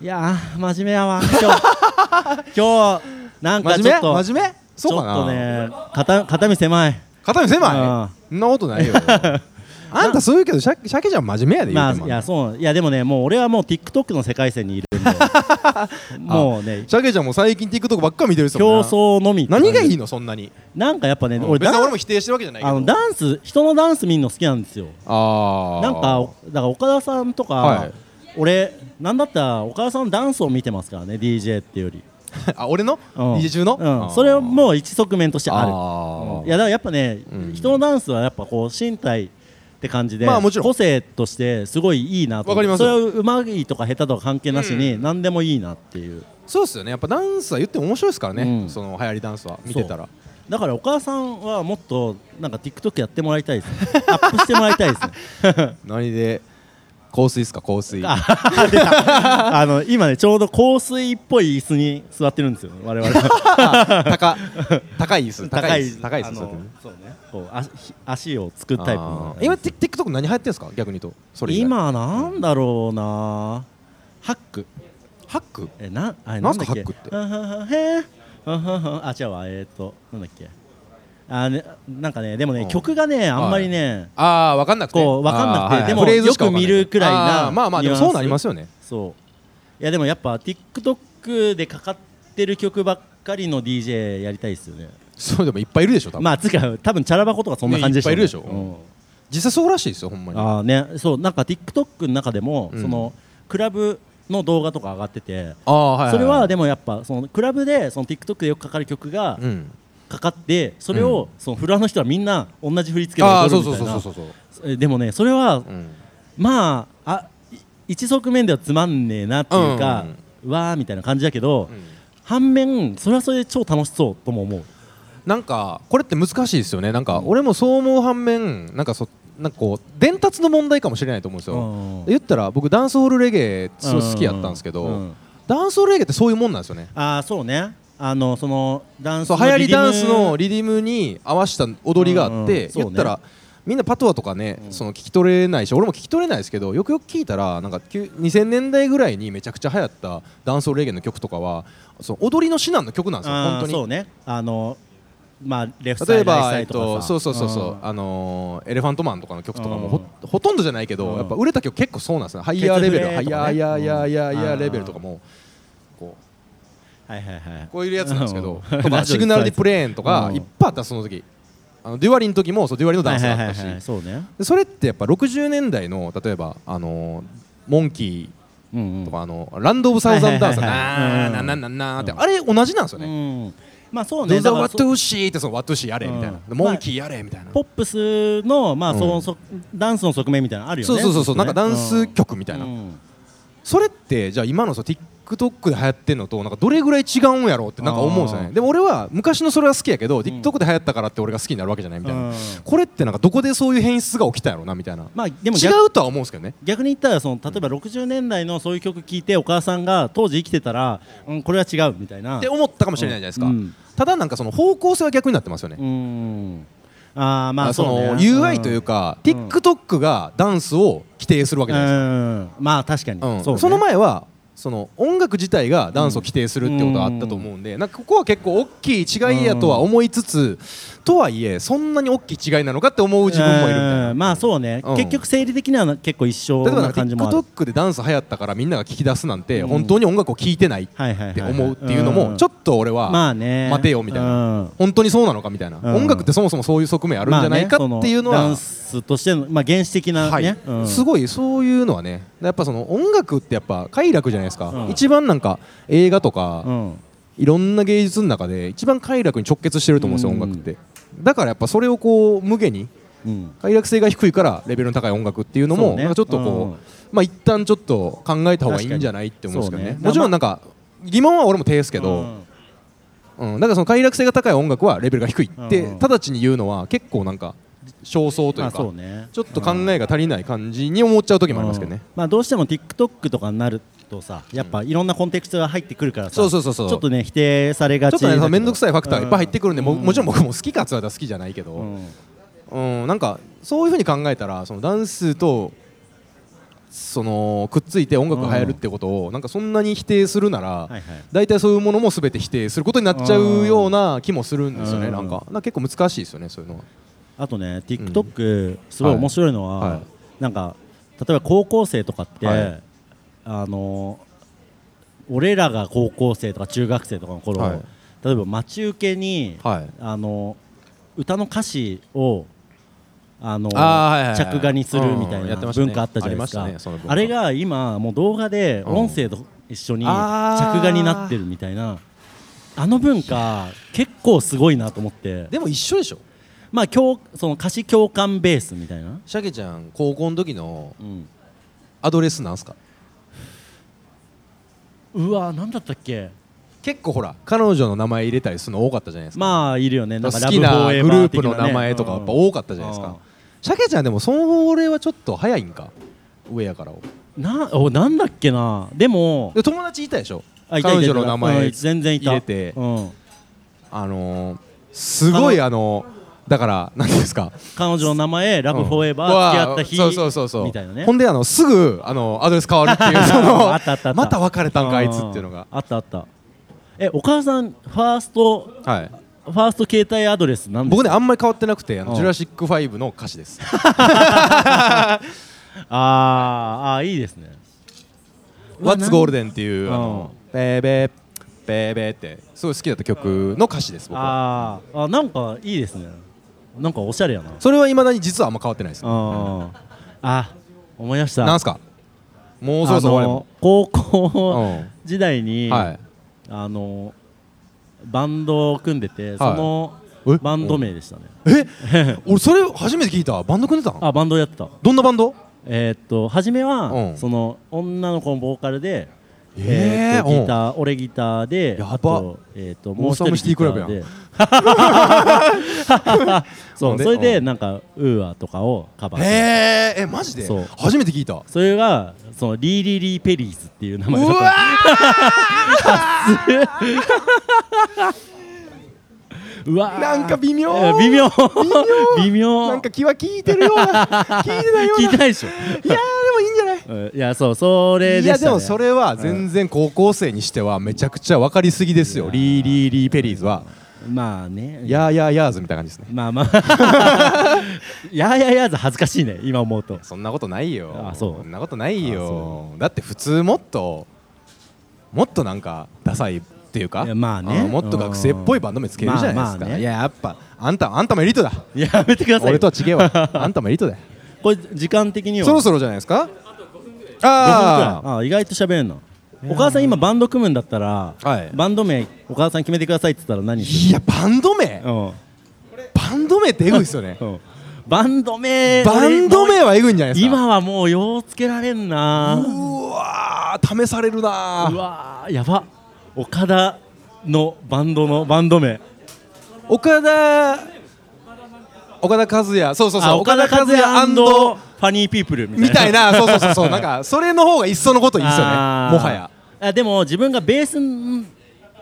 Speaker 2: いやー真面目 やわ今日今日なんか
Speaker 1: 真
Speaker 2: ちょ
Speaker 1: 面
Speaker 2: っと
Speaker 1: 目真面目
Speaker 2: ち
Speaker 1: そう
Speaker 2: ょ
Speaker 1: かな
Speaker 2: っとね肩肩身狭い
Speaker 1: 肩身狭い
Speaker 2: あ
Speaker 1: そんなこと ないよあんたそう言うけどシャシャケちゃん真面目やで言
Speaker 2: まあ
Speaker 1: うても
Speaker 2: いやそういやでもねもう俺はもう TikTok の世界線にいる んでもうね
Speaker 1: シャケちゃんも最近 TikTok ばっか見てる人
Speaker 2: 競
Speaker 1: もんな
Speaker 2: 争のみって感じ
Speaker 1: 何がいいのそんなに
Speaker 2: なんかやっぱね、
Speaker 1: うん
Speaker 2: 俺
Speaker 1: 別に
Speaker 2: ダン
Speaker 1: 俺も否定してるわけじゃないけ
Speaker 2: あの
Speaker 1: ど
Speaker 2: ダンス人のダンス見るの好きなんですよ
Speaker 1: あー
Speaker 2: なんかだから岡田さんとか、
Speaker 1: はい
Speaker 2: 俺なんだったら岡田さんのダンスを見てますからね DJ っていうより、
Speaker 1: あ俺の
Speaker 2: うん
Speaker 1: DJ 中の
Speaker 2: うん
Speaker 1: あー
Speaker 2: それをもう一側面としてある
Speaker 1: あー
Speaker 2: いやだからやっぱね、
Speaker 1: うん
Speaker 2: 人のダンスはやっぱこう身体って感じで、
Speaker 1: まあもちろん
Speaker 2: 個性としてすごいいいなと思
Speaker 1: わか
Speaker 2: う
Speaker 1: ります
Speaker 2: それはうまいとか下手とか関係なしに、何でもいいなっていう
Speaker 1: そうっすよねやっぱダンスは言っても面白いですからね、
Speaker 2: うん
Speaker 1: その流行りダンスは見てたら
Speaker 2: だから岡田さんはもっとなんか TikTok やってもらいたいですね アップしてもらいたいで すね
Speaker 1: 何で香水っすか香水
Speaker 2: あ出たあの今ねちょうど香水っぽい椅子に座ってるんですよね我々は
Speaker 1: 高高いっす高いっす高いっす
Speaker 2: あの
Speaker 1: そうやってね
Speaker 2: そうねこう足足を作るタイプの
Speaker 1: あー今 Tik- TikTok 何流行ってんすか逆に言うとそれ以外
Speaker 2: 今なんだろうなハック
Speaker 1: ハック
Speaker 2: えなあれ
Speaker 1: な
Speaker 2: なん
Speaker 1: す
Speaker 2: んだ
Speaker 1: か
Speaker 2: っけ
Speaker 1: ハックって
Speaker 2: あははへーあははあ違うわえっとなんだっけあねなんかねでも
Speaker 1: う
Speaker 2: ね
Speaker 1: ん
Speaker 2: 曲がねあんまりね
Speaker 1: ああ分かんなくて
Speaker 2: こう分かんなくて
Speaker 1: あーはい
Speaker 2: でも
Speaker 1: フレーズしか分かんな
Speaker 2: よく見るくらいな
Speaker 1: あーまあまあでも
Speaker 2: ニュアンス
Speaker 1: そうなりますよね
Speaker 2: そういやでもやっぱ TikTok でかかってる曲ばっかりの DJ やりたいですよね
Speaker 1: そうでもいっぱいいるでしょ多分、
Speaker 2: まあつうか多分チャラ箱とかそんな感じでしょうね
Speaker 1: ねいっぱいいるでしょ
Speaker 2: うん
Speaker 1: 実際そうらしいですよほんまに
Speaker 2: ああねそうなんか TikTok の中でも、
Speaker 1: うん
Speaker 2: そのクラブの動画とか上がってて
Speaker 1: ああはい、はい、
Speaker 2: それはで
Speaker 1: も
Speaker 2: もやっぱそのクラブでその TikTok でよくかかる曲が
Speaker 1: うん
Speaker 2: かかってそれをそのフロアの人はみんな同じ振り付けで
Speaker 1: ああー
Speaker 2: 踊
Speaker 1: そう
Speaker 2: る
Speaker 1: そ
Speaker 2: み
Speaker 1: う
Speaker 2: た
Speaker 1: そ
Speaker 2: いう
Speaker 1: そうそ
Speaker 2: な
Speaker 1: うそう
Speaker 2: えでもねそれは
Speaker 1: うん
Speaker 2: まああい一側面ではつまんねえなっていうか
Speaker 1: うんうん
Speaker 2: うわーみたいな感じだけど
Speaker 1: うん
Speaker 2: 反面それはそれで超楽しそうとも思う
Speaker 1: なんかこれって難しいですよねなんか俺もそう思う反面なんかそなんかこう伝達の問題かもしれないと思うんですよ、
Speaker 2: うん
Speaker 1: 言ったら僕ダンスホールレゲエすごい好きやったんですけど、
Speaker 2: ううん
Speaker 1: ダンスホールレゲエってそういうもんなんですよね
Speaker 2: ああそうねあのそのダンス
Speaker 1: そ
Speaker 2: の
Speaker 1: う流行り
Speaker 2: リズム
Speaker 1: ダンスのリディムに合わせた踊りがあっ
Speaker 2: うん
Speaker 1: て、
Speaker 2: うんそうね
Speaker 1: 言ったらみんなパトワとかね、その聞き取れないし俺も聞き取れないですけどよくよく聞いたらなんかきゅ2000年代ぐらいにめちゃくちゃ流行ったダンスホールレゲエの曲とかはその踊りの指南の曲なんですよ
Speaker 2: あー
Speaker 1: 本当に
Speaker 2: そうねあのまあレフトサ
Speaker 1: 例え
Speaker 2: イド
Speaker 1: ば、
Speaker 2: ラ
Speaker 1: えっ
Speaker 2: イトサイ
Speaker 1: と、
Speaker 2: ドとかさ
Speaker 1: そうそうそうそう、
Speaker 2: ん
Speaker 1: あのーエレファントマンとかの曲とかもほ,、
Speaker 2: うん
Speaker 1: ほとんどじゃないけど、
Speaker 2: うん
Speaker 1: やっぱ売れた曲結構そうなんですねハイヤーレベル、ハ
Speaker 2: ケ
Speaker 1: イ
Speaker 2: ツフレと
Speaker 1: ヤ
Speaker 2: かね
Speaker 1: ーイヤーイヤーイヤーイヤ
Speaker 2: う
Speaker 1: ー
Speaker 2: ん
Speaker 1: レベルとかもこう
Speaker 2: はいはいはい
Speaker 1: こういうやつなんですけど、
Speaker 2: うん
Speaker 1: とかシグナル・ディ・プレーンとか、
Speaker 2: うん
Speaker 1: いっぱいあったその時あのデュアリの時もそうデュアリのダンスがあったし、
Speaker 2: はいはいはいはいそうね
Speaker 1: でそれってやっぱ60年代の例えば、あのーモンキ
Speaker 2: うんうん
Speaker 1: ーとか、あのランド・オブ・サウザンダンス
Speaker 2: はいはいはいはい
Speaker 1: なーなーなーなーなーって、あれ同じなんですよね。
Speaker 2: うんまあそう
Speaker 1: ど
Speaker 2: ね
Speaker 1: うぞ
Speaker 2: だから
Speaker 1: ワ
Speaker 2: そ
Speaker 1: トゥーシーってそのワトゥーシーやれみたいな、
Speaker 2: うん
Speaker 1: モンキーやれみたいな、
Speaker 2: ポップスのまあ
Speaker 1: うん
Speaker 2: そのそダンスの側面みたいなのあるよね
Speaker 1: そうそうそうそう、なんかダンス
Speaker 2: み
Speaker 1: 曲みたいな、それってじゃあ今のその Tik- TikTok で流行ってんのとなんかどれぐらい違うんやろうってなんか思うんですよ
Speaker 2: あ
Speaker 1: ね
Speaker 2: ー
Speaker 1: でも俺は昔のそれは好きやけど、TikTok で流行ったからって俺が好きになるわけじゃないみたいな、
Speaker 2: うん
Speaker 1: これってなんかどこでそういう変質が起きたんやろうなみたいな、
Speaker 2: まあで
Speaker 1: で
Speaker 2: も
Speaker 1: も
Speaker 2: 逆
Speaker 1: 違うとは思うんですけどね
Speaker 2: 逆に言ったらその例えば60年代のそういう曲聴いてお母さんが当時生きてたら、うん、これは違うみたいな
Speaker 1: って思ったかもしれないじゃないですか、
Speaker 2: うん
Speaker 1: ただなんかその方向性は逆になってますよね、
Speaker 2: うんあーま
Speaker 1: ま
Speaker 2: あ
Speaker 1: あ、そ
Speaker 2: そう、ね、
Speaker 1: の UI というか、
Speaker 2: うん
Speaker 1: TikTok がダンスを規定するわ
Speaker 2: う
Speaker 1: けじゃないですか、
Speaker 2: ん、うんまあ確かに、
Speaker 1: うん
Speaker 2: そうね
Speaker 1: その前はその音楽自体がダンスを規定するってことはあったと思うんで、なんかここは結構大きい違いやとは思いつつ、とはいえそんなに大きい違いなのかって思う自分もいるみたいな、
Speaker 2: うんまあそうね、
Speaker 1: うん
Speaker 2: 結局生理的には結構一緒
Speaker 1: 例えばな
Speaker 2: なん
Speaker 1: か
Speaker 2: 感じもある
Speaker 1: TikTok でダンス流行ったからみんなが聞き出すなんて、
Speaker 2: うん
Speaker 1: 本当に音楽を聴いてないっ
Speaker 2: はいはいはい
Speaker 1: て思うっていうのもちょっ
Speaker 2: と
Speaker 1: と俺は、
Speaker 2: まあね
Speaker 1: 待てよみたいな
Speaker 2: うん
Speaker 1: 本当にそうなのかみたいな、
Speaker 2: うん
Speaker 1: 音楽ってそもそもそういう側面あるんじゃないか
Speaker 2: まあね
Speaker 1: っていうの
Speaker 2: そ
Speaker 1: は、
Speaker 2: ダンスとしての、まあ、原始的なね、
Speaker 1: はい、
Speaker 2: うん
Speaker 1: すごいそういうのはねやっぱその音楽ってやっぱ快楽じゃないですか、
Speaker 2: うん
Speaker 1: 一番なんか映画とか、
Speaker 2: うん
Speaker 1: いろんな芸術の中で一番快楽に直結してると思うんですよ、
Speaker 2: うん
Speaker 1: 音楽ってだからやっぱそれをこう無限に
Speaker 2: うん
Speaker 1: 快楽性が低いからレベルの高い音楽っていうの
Speaker 2: そ
Speaker 1: も
Speaker 2: うね
Speaker 1: なんかちょっとこう
Speaker 2: うん
Speaker 1: まあ一旦ちょっと考えた方がいいんじゃないって思うんですけどね
Speaker 2: 確か
Speaker 1: も
Speaker 2: にそうね
Speaker 1: ちろんなんか疑問は俺も手ですけど、うん、だからその快楽性が高い音楽はレベルが低いって
Speaker 2: うん
Speaker 1: 直ちに言うのは結構なんか焦燥とい
Speaker 2: ま
Speaker 1: う
Speaker 2: あ
Speaker 1: か、
Speaker 2: そうね
Speaker 1: ちょっと考えが足りない感じに思っちゃう時
Speaker 2: うん
Speaker 1: もありますけどね、
Speaker 2: まあどうしても TikTok とかになるとさやっぱいろんなコンテクストが入ってくるからさ
Speaker 1: そうそうそうそう
Speaker 2: ちょっとね否定されが
Speaker 1: ちょ
Speaker 2: ち
Speaker 1: っとね面倒くさいファクターがいっぱい入ってくるんで、も
Speaker 2: うん
Speaker 1: もちろん僕も好きかつは好きじゃないけど、
Speaker 2: う
Speaker 1: うん
Speaker 2: ん
Speaker 1: なんかそういうふうに考えたらそのダンスとそのくっついて音楽が流行るってことをなんかそんなに否定するなら、
Speaker 2: はいはい
Speaker 1: 大体そういうものも全て否定することになっちゃうような気もするんですよね、
Speaker 2: うん
Speaker 1: なんかなんか結構難しいですよねそういうのは。
Speaker 2: あとね TikTok すごい面白いのは、
Speaker 1: はいはい
Speaker 2: なんか例えば高校生とかって、
Speaker 1: はい
Speaker 2: あの俺らが高校生とか中学生とかの頃、
Speaker 1: はい
Speaker 2: 例えば待ち受けに、
Speaker 1: はい
Speaker 2: あの歌の歌詞をあの
Speaker 1: あーはいはいはい
Speaker 2: 着画にするみたい
Speaker 1: うんや
Speaker 2: な
Speaker 1: ってましたね
Speaker 2: 文化あったじゃないですか、
Speaker 1: ありましたねその文化
Speaker 2: あれが今もう動画で
Speaker 1: うん
Speaker 2: 音声と一緒に着
Speaker 1: あー
Speaker 2: 画になってるみたいなあの文化結構すごいなと思って
Speaker 1: でも一緒でしょ
Speaker 2: まあ、共その歌詞共感ベースみたいな、
Speaker 1: シャケちゃん高校の時の
Speaker 2: うん、
Speaker 1: アドレスなんすか
Speaker 2: うわなんだったっけ
Speaker 1: 結構ほら彼女の名前入れたりするの多かったじゃないですか、
Speaker 2: まあいるよねなんか
Speaker 1: 好きな
Speaker 2: ラブフォ
Speaker 1: グ
Speaker 2: ーエ
Speaker 1: ル
Speaker 2: バ
Speaker 1: ープ
Speaker 2: 的な
Speaker 1: の
Speaker 2: ね
Speaker 1: 名前とかやっぱ多かったじゃないです
Speaker 2: うん
Speaker 1: かシャケちゃんでもその俺はちょっと早いんか上やからを
Speaker 2: なおなんだっけなでも
Speaker 1: で友達いたでしょ彼
Speaker 2: あいたいたいた
Speaker 1: 女の名
Speaker 2: うん
Speaker 1: 前
Speaker 2: 全然いた
Speaker 1: 入れて
Speaker 2: うん、
Speaker 1: あのーすごいあのだから何ですか
Speaker 2: 彼女の名前ラブフォーエバ
Speaker 1: うん
Speaker 2: ー付き合った日
Speaker 1: そうそうそうそう
Speaker 2: みたいなね
Speaker 1: ほんであのすぐあのアドレス変わるっていうその
Speaker 2: あったあったあった
Speaker 1: また別れたんかあいつっていうのが
Speaker 2: あったあったえお母さんファースト
Speaker 1: はい
Speaker 2: ファースト携帯アドレスなんです
Speaker 1: 僕ねあんまり変わってなくて「あ
Speaker 2: う
Speaker 1: の
Speaker 2: ん
Speaker 1: ジュラシック・ファイブ」の歌詞 です
Speaker 2: あーあーいいですね
Speaker 1: 「What's
Speaker 2: ゴール
Speaker 1: Golden」っていうあの
Speaker 2: う
Speaker 1: 「ベーベーベーベー」ってすごい好きだった曲の歌詞です僕は
Speaker 2: あーあなんかいいですねなんかおしゃれやな
Speaker 1: それはいまだに実はあんま変わってないです
Speaker 2: あーあ思い出した
Speaker 1: なんすかもうそろそろ
Speaker 2: あ
Speaker 1: 終わ
Speaker 2: の高
Speaker 1: りも
Speaker 2: 校
Speaker 1: ん
Speaker 2: 時代に、
Speaker 1: はい
Speaker 2: あのバンドを組んでて、その
Speaker 1: え
Speaker 2: バンド名でしたね
Speaker 1: え 俺それ初めて聞いたバンド組んでたの
Speaker 2: あバンドやってた
Speaker 1: どんなバンド
Speaker 2: えーっと初めは、
Speaker 1: うん
Speaker 2: その女の子のボーカルで
Speaker 1: えー
Speaker 2: っと
Speaker 1: うん
Speaker 2: ギター俺ギターで
Speaker 1: やば
Speaker 2: あと,、えーっともう一
Speaker 1: オーサ
Speaker 2: 人
Speaker 1: ムシティクラブやん
Speaker 2: ギタ ーでそうそれでなんか「ウーア」とかをカバーして
Speaker 1: へーえマジで
Speaker 2: そう
Speaker 1: 初めて聞いた
Speaker 2: それがそのリーリリーペリーズっていう名
Speaker 1: う
Speaker 2: 前だったんです
Speaker 1: わ
Speaker 2: うわー
Speaker 1: なんか微妙
Speaker 2: いや微妙微妙
Speaker 1: ーなんか気は聞いてるよう な聞いてないよう
Speaker 2: 聞い
Speaker 1: な
Speaker 2: てないでしょ
Speaker 1: いやーでもいいんじゃない
Speaker 2: うんいやそうそれでし
Speaker 1: い
Speaker 2: た、ね、
Speaker 1: やでもそれは全然高校生にしてはめちゃくちゃ分かりすぎですよリーリーリーペリーズは
Speaker 2: まあね
Speaker 1: ヤーヤーヤーズみたいな感じですね
Speaker 2: まあまあ いやいやいやず恥ずかしいね今思うと
Speaker 1: そんなことないよ
Speaker 2: あそうん
Speaker 1: なことない
Speaker 2: あ
Speaker 1: よ
Speaker 2: そ
Speaker 1: だって普通もっともっとなんかダサいっていうか
Speaker 2: いやまあね
Speaker 1: もっと学生っぽいバンド名つけるじゃないです
Speaker 2: ま
Speaker 1: か
Speaker 2: あまあね
Speaker 1: いややっぱあんたあんたもエリートだ
Speaker 2: やめてください
Speaker 1: 俺とは違えわ あんたもエリートだよ
Speaker 2: これ時間的には
Speaker 1: そろそろじゃないですか
Speaker 2: あ
Speaker 1: あ
Speaker 2: あ意外と喋れんのお母さん今バンド組むんだったら、
Speaker 1: はい
Speaker 2: バンド名お母さん決めてくださいって言ったら何
Speaker 1: あ
Speaker 2: す
Speaker 1: いやバンド名
Speaker 2: るうん
Speaker 1: バンド名ってエグいっすよね
Speaker 2: うんバンド名
Speaker 1: バンド名はエグいんじゃないですか
Speaker 2: 今はもうようつけられんな
Speaker 1: うわわー試されるな
Speaker 2: う
Speaker 1: ー
Speaker 2: わーやば岡田のバンドのバンド名
Speaker 1: 岡田岡田和也そうそうそう
Speaker 2: あ
Speaker 1: 岡田和也
Speaker 2: ファニーピープル み
Speaker 1: み
Speaker 2: た
Speaker 1: た
Speaker 2: い
Speaker 1: い
Speaker 2: な
Speaker 1: なそうそうそうそうなんかそれの方がいっそのこといいですよねも
Speaker 2: あー
Speaker 1: はや
Speaker 2: あでも自分がベース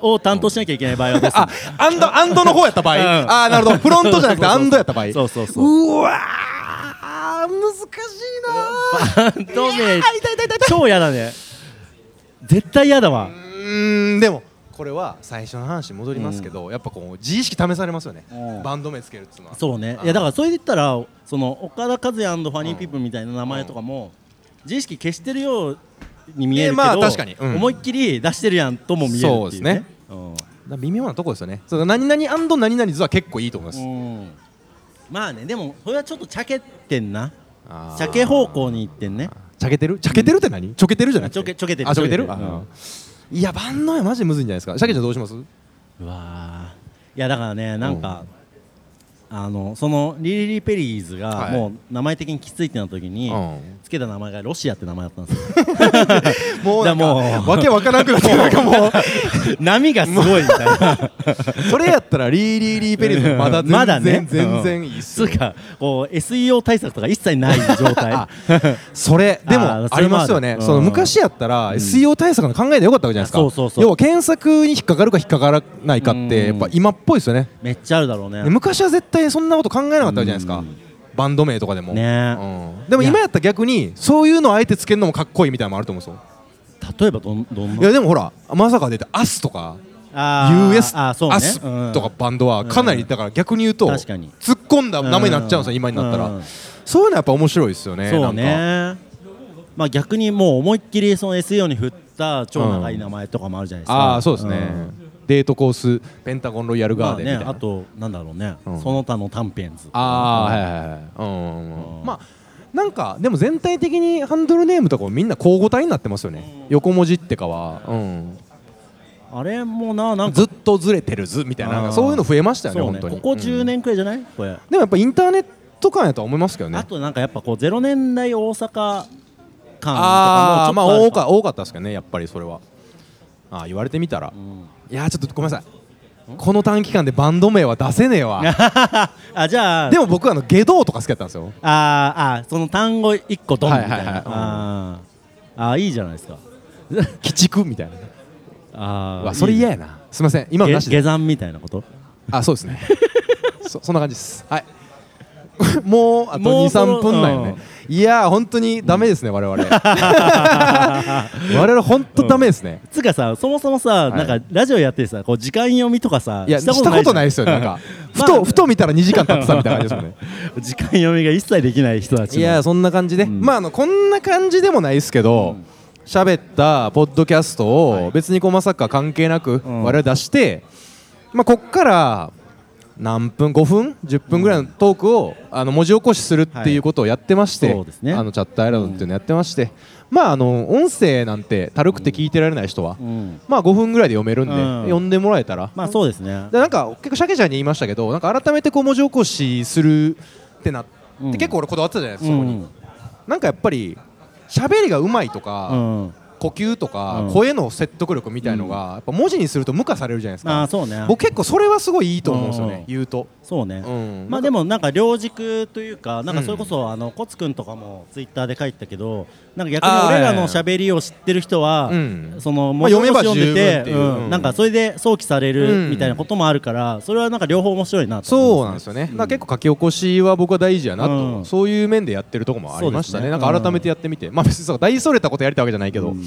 Speaker 2: を担当しなきゃいけない場合はです
Speaker 1: あアンドアンドの方やった場合、
Speaker 2: うん
Speaker 1: ああなるほどフロントじゃなくてアンドやった場合
Speaker 2: そうそうそう
Speaker 1: うわー難しいなー
Speaker 2: バンド
Speaker 1: いやー
Speaker 2: 名
Speaker 1: 痛い痛い痛い痛い
Speaker 2: 超嫌だね絶対嫌だわ
Speaker 1: うーんでもこれは最初の話に戻りますけど、やっぱこう自意識試されますよね、
Speaker 2: うん
Speaker 1: バンド名つけるっていうのは
Speaker 2: そうね
Speaker 1: うん
Speaker 2: いやだからそれで言ったらその岡田和也ファニーピープルみたいな名前とかも自意識消してるように見えるけど、
Speaker 1: えまあ確かにうん
Speaker 2: 思いっきり出してるやんとも見えるっていうね
Speaker 1: だから微妙なとこですよねそう何々何々図は結構いいと思います、
Speaker 2: うんうんまあねでもそれはちょっとちゃけってんな
Speaker 1: あー
Speaker 2: ちゃけ方向に行ってんね
Speaker 1: ちゃけてるちゃけてるって何ちょけてるじゃなくて
Speaker 2: ちょけちょけてる
Speaker 1: あちょけてる
Speaker 2: ちょけてるうん
Speaker 1: あーいや万能やマジでむずいんじゃないですかシャケちゃんどうします
Speaker 2: うわーいやだからねなんか、あのそのリリリ・ペリーズ
Speaker 1: は
Speaker 2: が
Speaker 1: い
Speaker 2: もう名前的にきついってなった時に、
Speaker 1: うん
Speaker 2: つけた名前がロシアって名前だったんですよ
Speaker 1: もうなんか
Speaker 2: だからもう
Speaker 1: わけわからなくなってくるなんかもう
Speaker 2: 波がすごいみたいな
Speaker 1: それやったらリーリーリーペリーズまだ全然、
Speaker 2: まだね
Speaker 1: 全然いいっす
Speaker 2: つ
Speaker 1: よ
Speaker 2: うかこう SEO 対策とか一切ない状態
Speaker 1: それで
Speaker 2: あー
Speaker 1: も
Speaker 2: そ
Speaker 1: あ
Speaker 2: れ
Speaker 1: り
Speaker 2: もある
Speaker 1: ますよね、
Speaker 2: うん
Speaker 1: その昔やったら SEO 対策の考えでよかったわけじゃないですか、
Speaker 2: そうそうそう
Speaker 1: 要は検索に引っかかるか引っかからないかってや
Speaker 2: うん
Speaker 1: っぱ今っぽいですよね、
Speaker 2: めっちゃあるだろうね
Speaker 1: で昔は絶対そんなこと考えなかったわけじゃないですか、
Speaker 2: うん
Speaker 1: バンド名とかでも、
Speaker 2: ね
Speaker 1: うんでも
Speaker 2: いや
Speaker 1: 今やったら逆にそういうのをあえてつけるのもかっこいいみたいなのもあると思うんですよ
Speaker 2: 例えばどんどん
Speaker 1: い
Speaker 2: な
Speaker 1: やでもほらまさか出て「アスとか「
Speaker 2: あー
Speaker 1: US」
Speaker 2: あーそうね
Speaker 1: アスとかバンドはかなりだから逆に言うと
Speaker 2: 確かに
Speaker 1: 突っ込んだ名前になっちゃうんですよ今になった
Speaker 2: うん
Speaker 1: らそういうのはやっぱ面白いですよね
Speaker 2: そう
Speaker 1: なんか
Speaker 2: ねまあ逆にもう思いっきりその SEO に振った超長い名前とかもあるじゃないですか、
Speaker 1: ああそうですね
Speaker 2: ん
Speaker 1: デートコースペンタゴンロイヤル
Speaker 2: ま
Speaker 1: ガ
Speaker 2: あ
Speaker 1: ーデンみ
Speaker 2: ね
Speaker 1: たいな
Speaker 2: あとなんだろうね、
Speaker 1: うん
Speaker 2: その他の短編図
Speaker 1: ああはいはいはいうんうん
Speaker 2: う
Speaker 1: うんんまあなんかでも全体的にハンドルネームとかもみんな交互体になってますよね横文字ってかはうん
Speaker 2: あれもななんか
Speaker 1: ずっとずれてる図みたいななん
Speaker 2: あー
Speaker 1: かそういうの増えましたよね
Speaker 2: そう
Speaker 1: 本当に
Speaker 2: ここ10
Speaker 1: うん
Speaker 2: 年くらいじゃない、これ
Speaker 1: でもやっぱインターネット感やとは思いますけどね
Speaker 2: あとなんかやっぱこうゼロ年代大阪感と
Speaker 1: あ
Speaker 2: か
Speaker 1: あま
Speaker 2: も
Speaker 1: あ
Speaker 2: ちょっ
Speaker 1: 多
Speaker 2: とあるか
Speaker 1: か多かったですけどねやっぱりそれはああ言われてみたら、いやーちょっとごめんなさいこの短期間でバンド名は出せねえわ
Speaker 2: あじゃあ
Speaker 1: でも僕はあの下道とか好きだったん ですよ
Speaker 2: あーあーその単語一個ドンみたいな、
Speaker 1: はいはいはいうん
Speaker 2: あーあーいいじゃないですか
Speaker 1: 鬼畜みたいな
Speaker 2: あ
Speaker 1: う
Speaker 2: あ
Speaker 1: わそれ嫌やなすみません今の
Speaker 2: 下
Speaker 1: なしで
Speaker 2: 下山みたいなこと
Speaker 1: あそうですね そそんな感じですはい もうあと
Speaker 2: もうその
Speaker 1: 23分なんよね、いやー本当にダメですね、我々 我々本当ダメですね、
Speaker 2: つうかさそもそも
Speaker 1: は
Speaker 2: さ、
Speaker 1: い
Speaker 2: なんかラジオやってさこう時間読みとかさ
Speaker 1: いやしたことないですよねなん か、ふとふと見たら2時間経ってたみたいな感じですもんね
Speaker 2: と 時間読みが一切できない人たちの
Speaker 1: いやそんな感じで、
Speaker 2: ん
Speaker 1: まああのこんな感じでもないですけど喋、ったポッドキャストを別にこうまさか関係なく
Speaker 2: ん
Speaker 1: 我々出して、まあこっから何分5分10分ぐらいのトークを、あの文字起こしするっていうことをやってまして、
Speaker 2: はいそうですね
Speaker 1: あのチャットアイランドっていうのやってまして、まああの音声なんてたるくて聞いてられない人は、
Speaker 2: うん
Speaker 1: まあ5分ぐらいで読めるんで、
Speaker 2: うん
Speaker 1: 読んでもらえたら
Speaker 2: まあそうですね
Speaker 1: でなんか結構シャケちゃんに言いましたけどなんか改めてこう文字起こしするってなって、
Speaker 2: うん
Speaker 1: 結構俺こだわってたじゃないです
Speaker 2: う
Speaker 1: か、そこ
Speaker 2: ん
Speaker 1: になんかやっぱり喋りがうまいとか、
Speaker 2: うん
Speaker 1: 呼吸とか、
Speaker 2: うん
Speaker 1: 声の説得力みたいのが、やっぱ文字にすると無化されるじゃないです
Speaker 2: ああ
Speaker 1: か
Speaker 2: そうね
Speaker 1: 僕結構それはすごいいいと思うんですよね、
Speaker 2: うん
Speaker 1: 言うと、
Speaker 2: そうね、
Speaker 1: うん
Speaker 2: まあでもなんか両軸というかなんかそれこそあのコツくんとかもツイッターで書いてたけどなんか逆に
Speaker 1: あー
Speaker 2: 俺ら
Speaker 1: はいは
Speaker 2: の
Speaker 1: い
Speaker 2: 喋りを知ってる人は、
Speaker 1: うん
Speaker 2: その
Speaker 1: ま
Speaker 2: 文
Speaker 1: あ
Speaker 2: 字起こし読ん
Speaker 1: 読めば十分
Speaker 2: で
Speaker 1: って
Speaker 2: て、
Speaker 1: いう
Speaker 2: うん
Speaker 1: うん
Speaker 2: なんかそれで想起される
Speaker 1: うん
Speaker 2: みたいなこともあるから、それはなんか両方面白いなと思
Speaker 1: そう
Speaker 2: い
Speaker 1: なん
Speaker 2: ま
Speaker 1: ですよね、だから結構書き起こしは僕は大事やなと、
Speaker 2: うん
Speaker 1: そういう面でやってるとこもありましたね
Speaker 2: そうですね
Speaker 1: なんか改めてやってみて、まあ別にそう大それたことやりたいわけじゃないけど、
Speaker 2: うん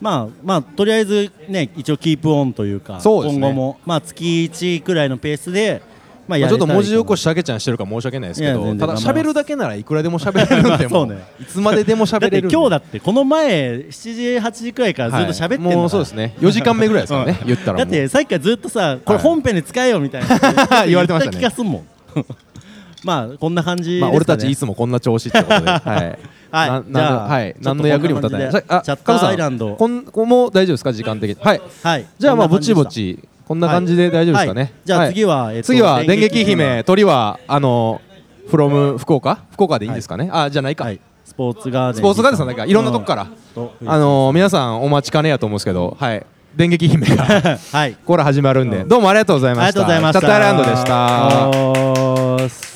Speaker 2: まあまあとりあえずね一応キープオンというか
Speaker 1: そうですね
Speaker 2: 今後もまあ月1くらいのペースでま
Speaker 1: ま
Speaker 2: あや
Speaker 1: あ
Speaker 2: れ
Speaker 1: ち
Speaker 2: た
Speaker 1: ょっ
Speaker 2: らい
Speaker 1: と
Speaker 2: い
Speaker 1: 文字
Speaker 2: かな
Speaker 1: 起こしだけちゃんしてるから申し訳ないですけ
Speaker 2: いや
Speaker 1: ど
Speaker 2: 全然
Speaker 1: ただ
Speaker 2: 頑張ります
Speaker 1: 喋るだけならいくらでも喋 れるんで
Speaker 2: そ
Speaker 1: も
Speaker 2: うね
Speaker 1: いつまででも
Speaker 2: だ
Speaker 1: 喋
Speaker 2: っ
Speaker 1: れ
Speaker 2: て
Speaker 1: るんで
Speaker 2: 今日だってこの前7時8時くらいからずっと喋ってんだから、
Speaker 1: はいもうそうですね4時間目ぐらいですからね言ったら
Speaker 2: だ
Speaker 1: も
Speaker 2: っ
Speaker 1: う
Speaker 2: てさっきからずっとさこれ
Speaker 1: はい
Speaker 2: 本編で使えよみたいな
Speaker 1: 言われてましたね
Speaker 2: 言気がすんもん まあこんな感じですか、
Speaker 1: ま
Speaker 2: ね
Speaker 1: あ、俺たちいつもこんな調子って ことで、はい、
Speaker 2: はい
Speaker 1: な
Speaker 2: じゃあ
Speaker 1: なんのはい、
Speaker 2: ちょっと
Speaker 1: 何の役にも立たない。
Speaker 2: こんな感じで
Speaker 1: さあ
Speaker 2: チャット
Speaker 1: カズさん
Speaker 2: アイランド
Speaker 1: こん、こも大丈夫ですか、時間的に。はい、
Speaker 2: はい
Speaker 1: じゃあ、まあ、
Speaker 2: こ
Speaker 1: ぼ
Speaker 2: んな
Speaker 1: ち
Speaker 2: 感
Speaker 1: ぼ
Speaker 2: じでし
Speaker 1: ち、こんな感じで大丈夫ですかね。
Speaker 2: はいじゃあ次はえっと
Speaker 1: 次は電
Speaker 2: 電撃
Speaker 1: 撃姫、鳥は、あの、from 福岡、福岡でいいんですかね。あ、じゃない
Speaker 2: た
Speaker 1: か。
Speaker 2: はいスポーツガーデン
Speaker 1: スポーツガーデンさんなんかいろんなとこからあのー皆さんお待ちかねやと思うんですけど、はい、電撃姫が
Speaker 2: はい
Speaker 1: これ始まるんで、どうもありがとうございました。
Speaker 2: ありがとうございました。
Speaker 1: チャットアイランドでした。
Speaker 2: おーす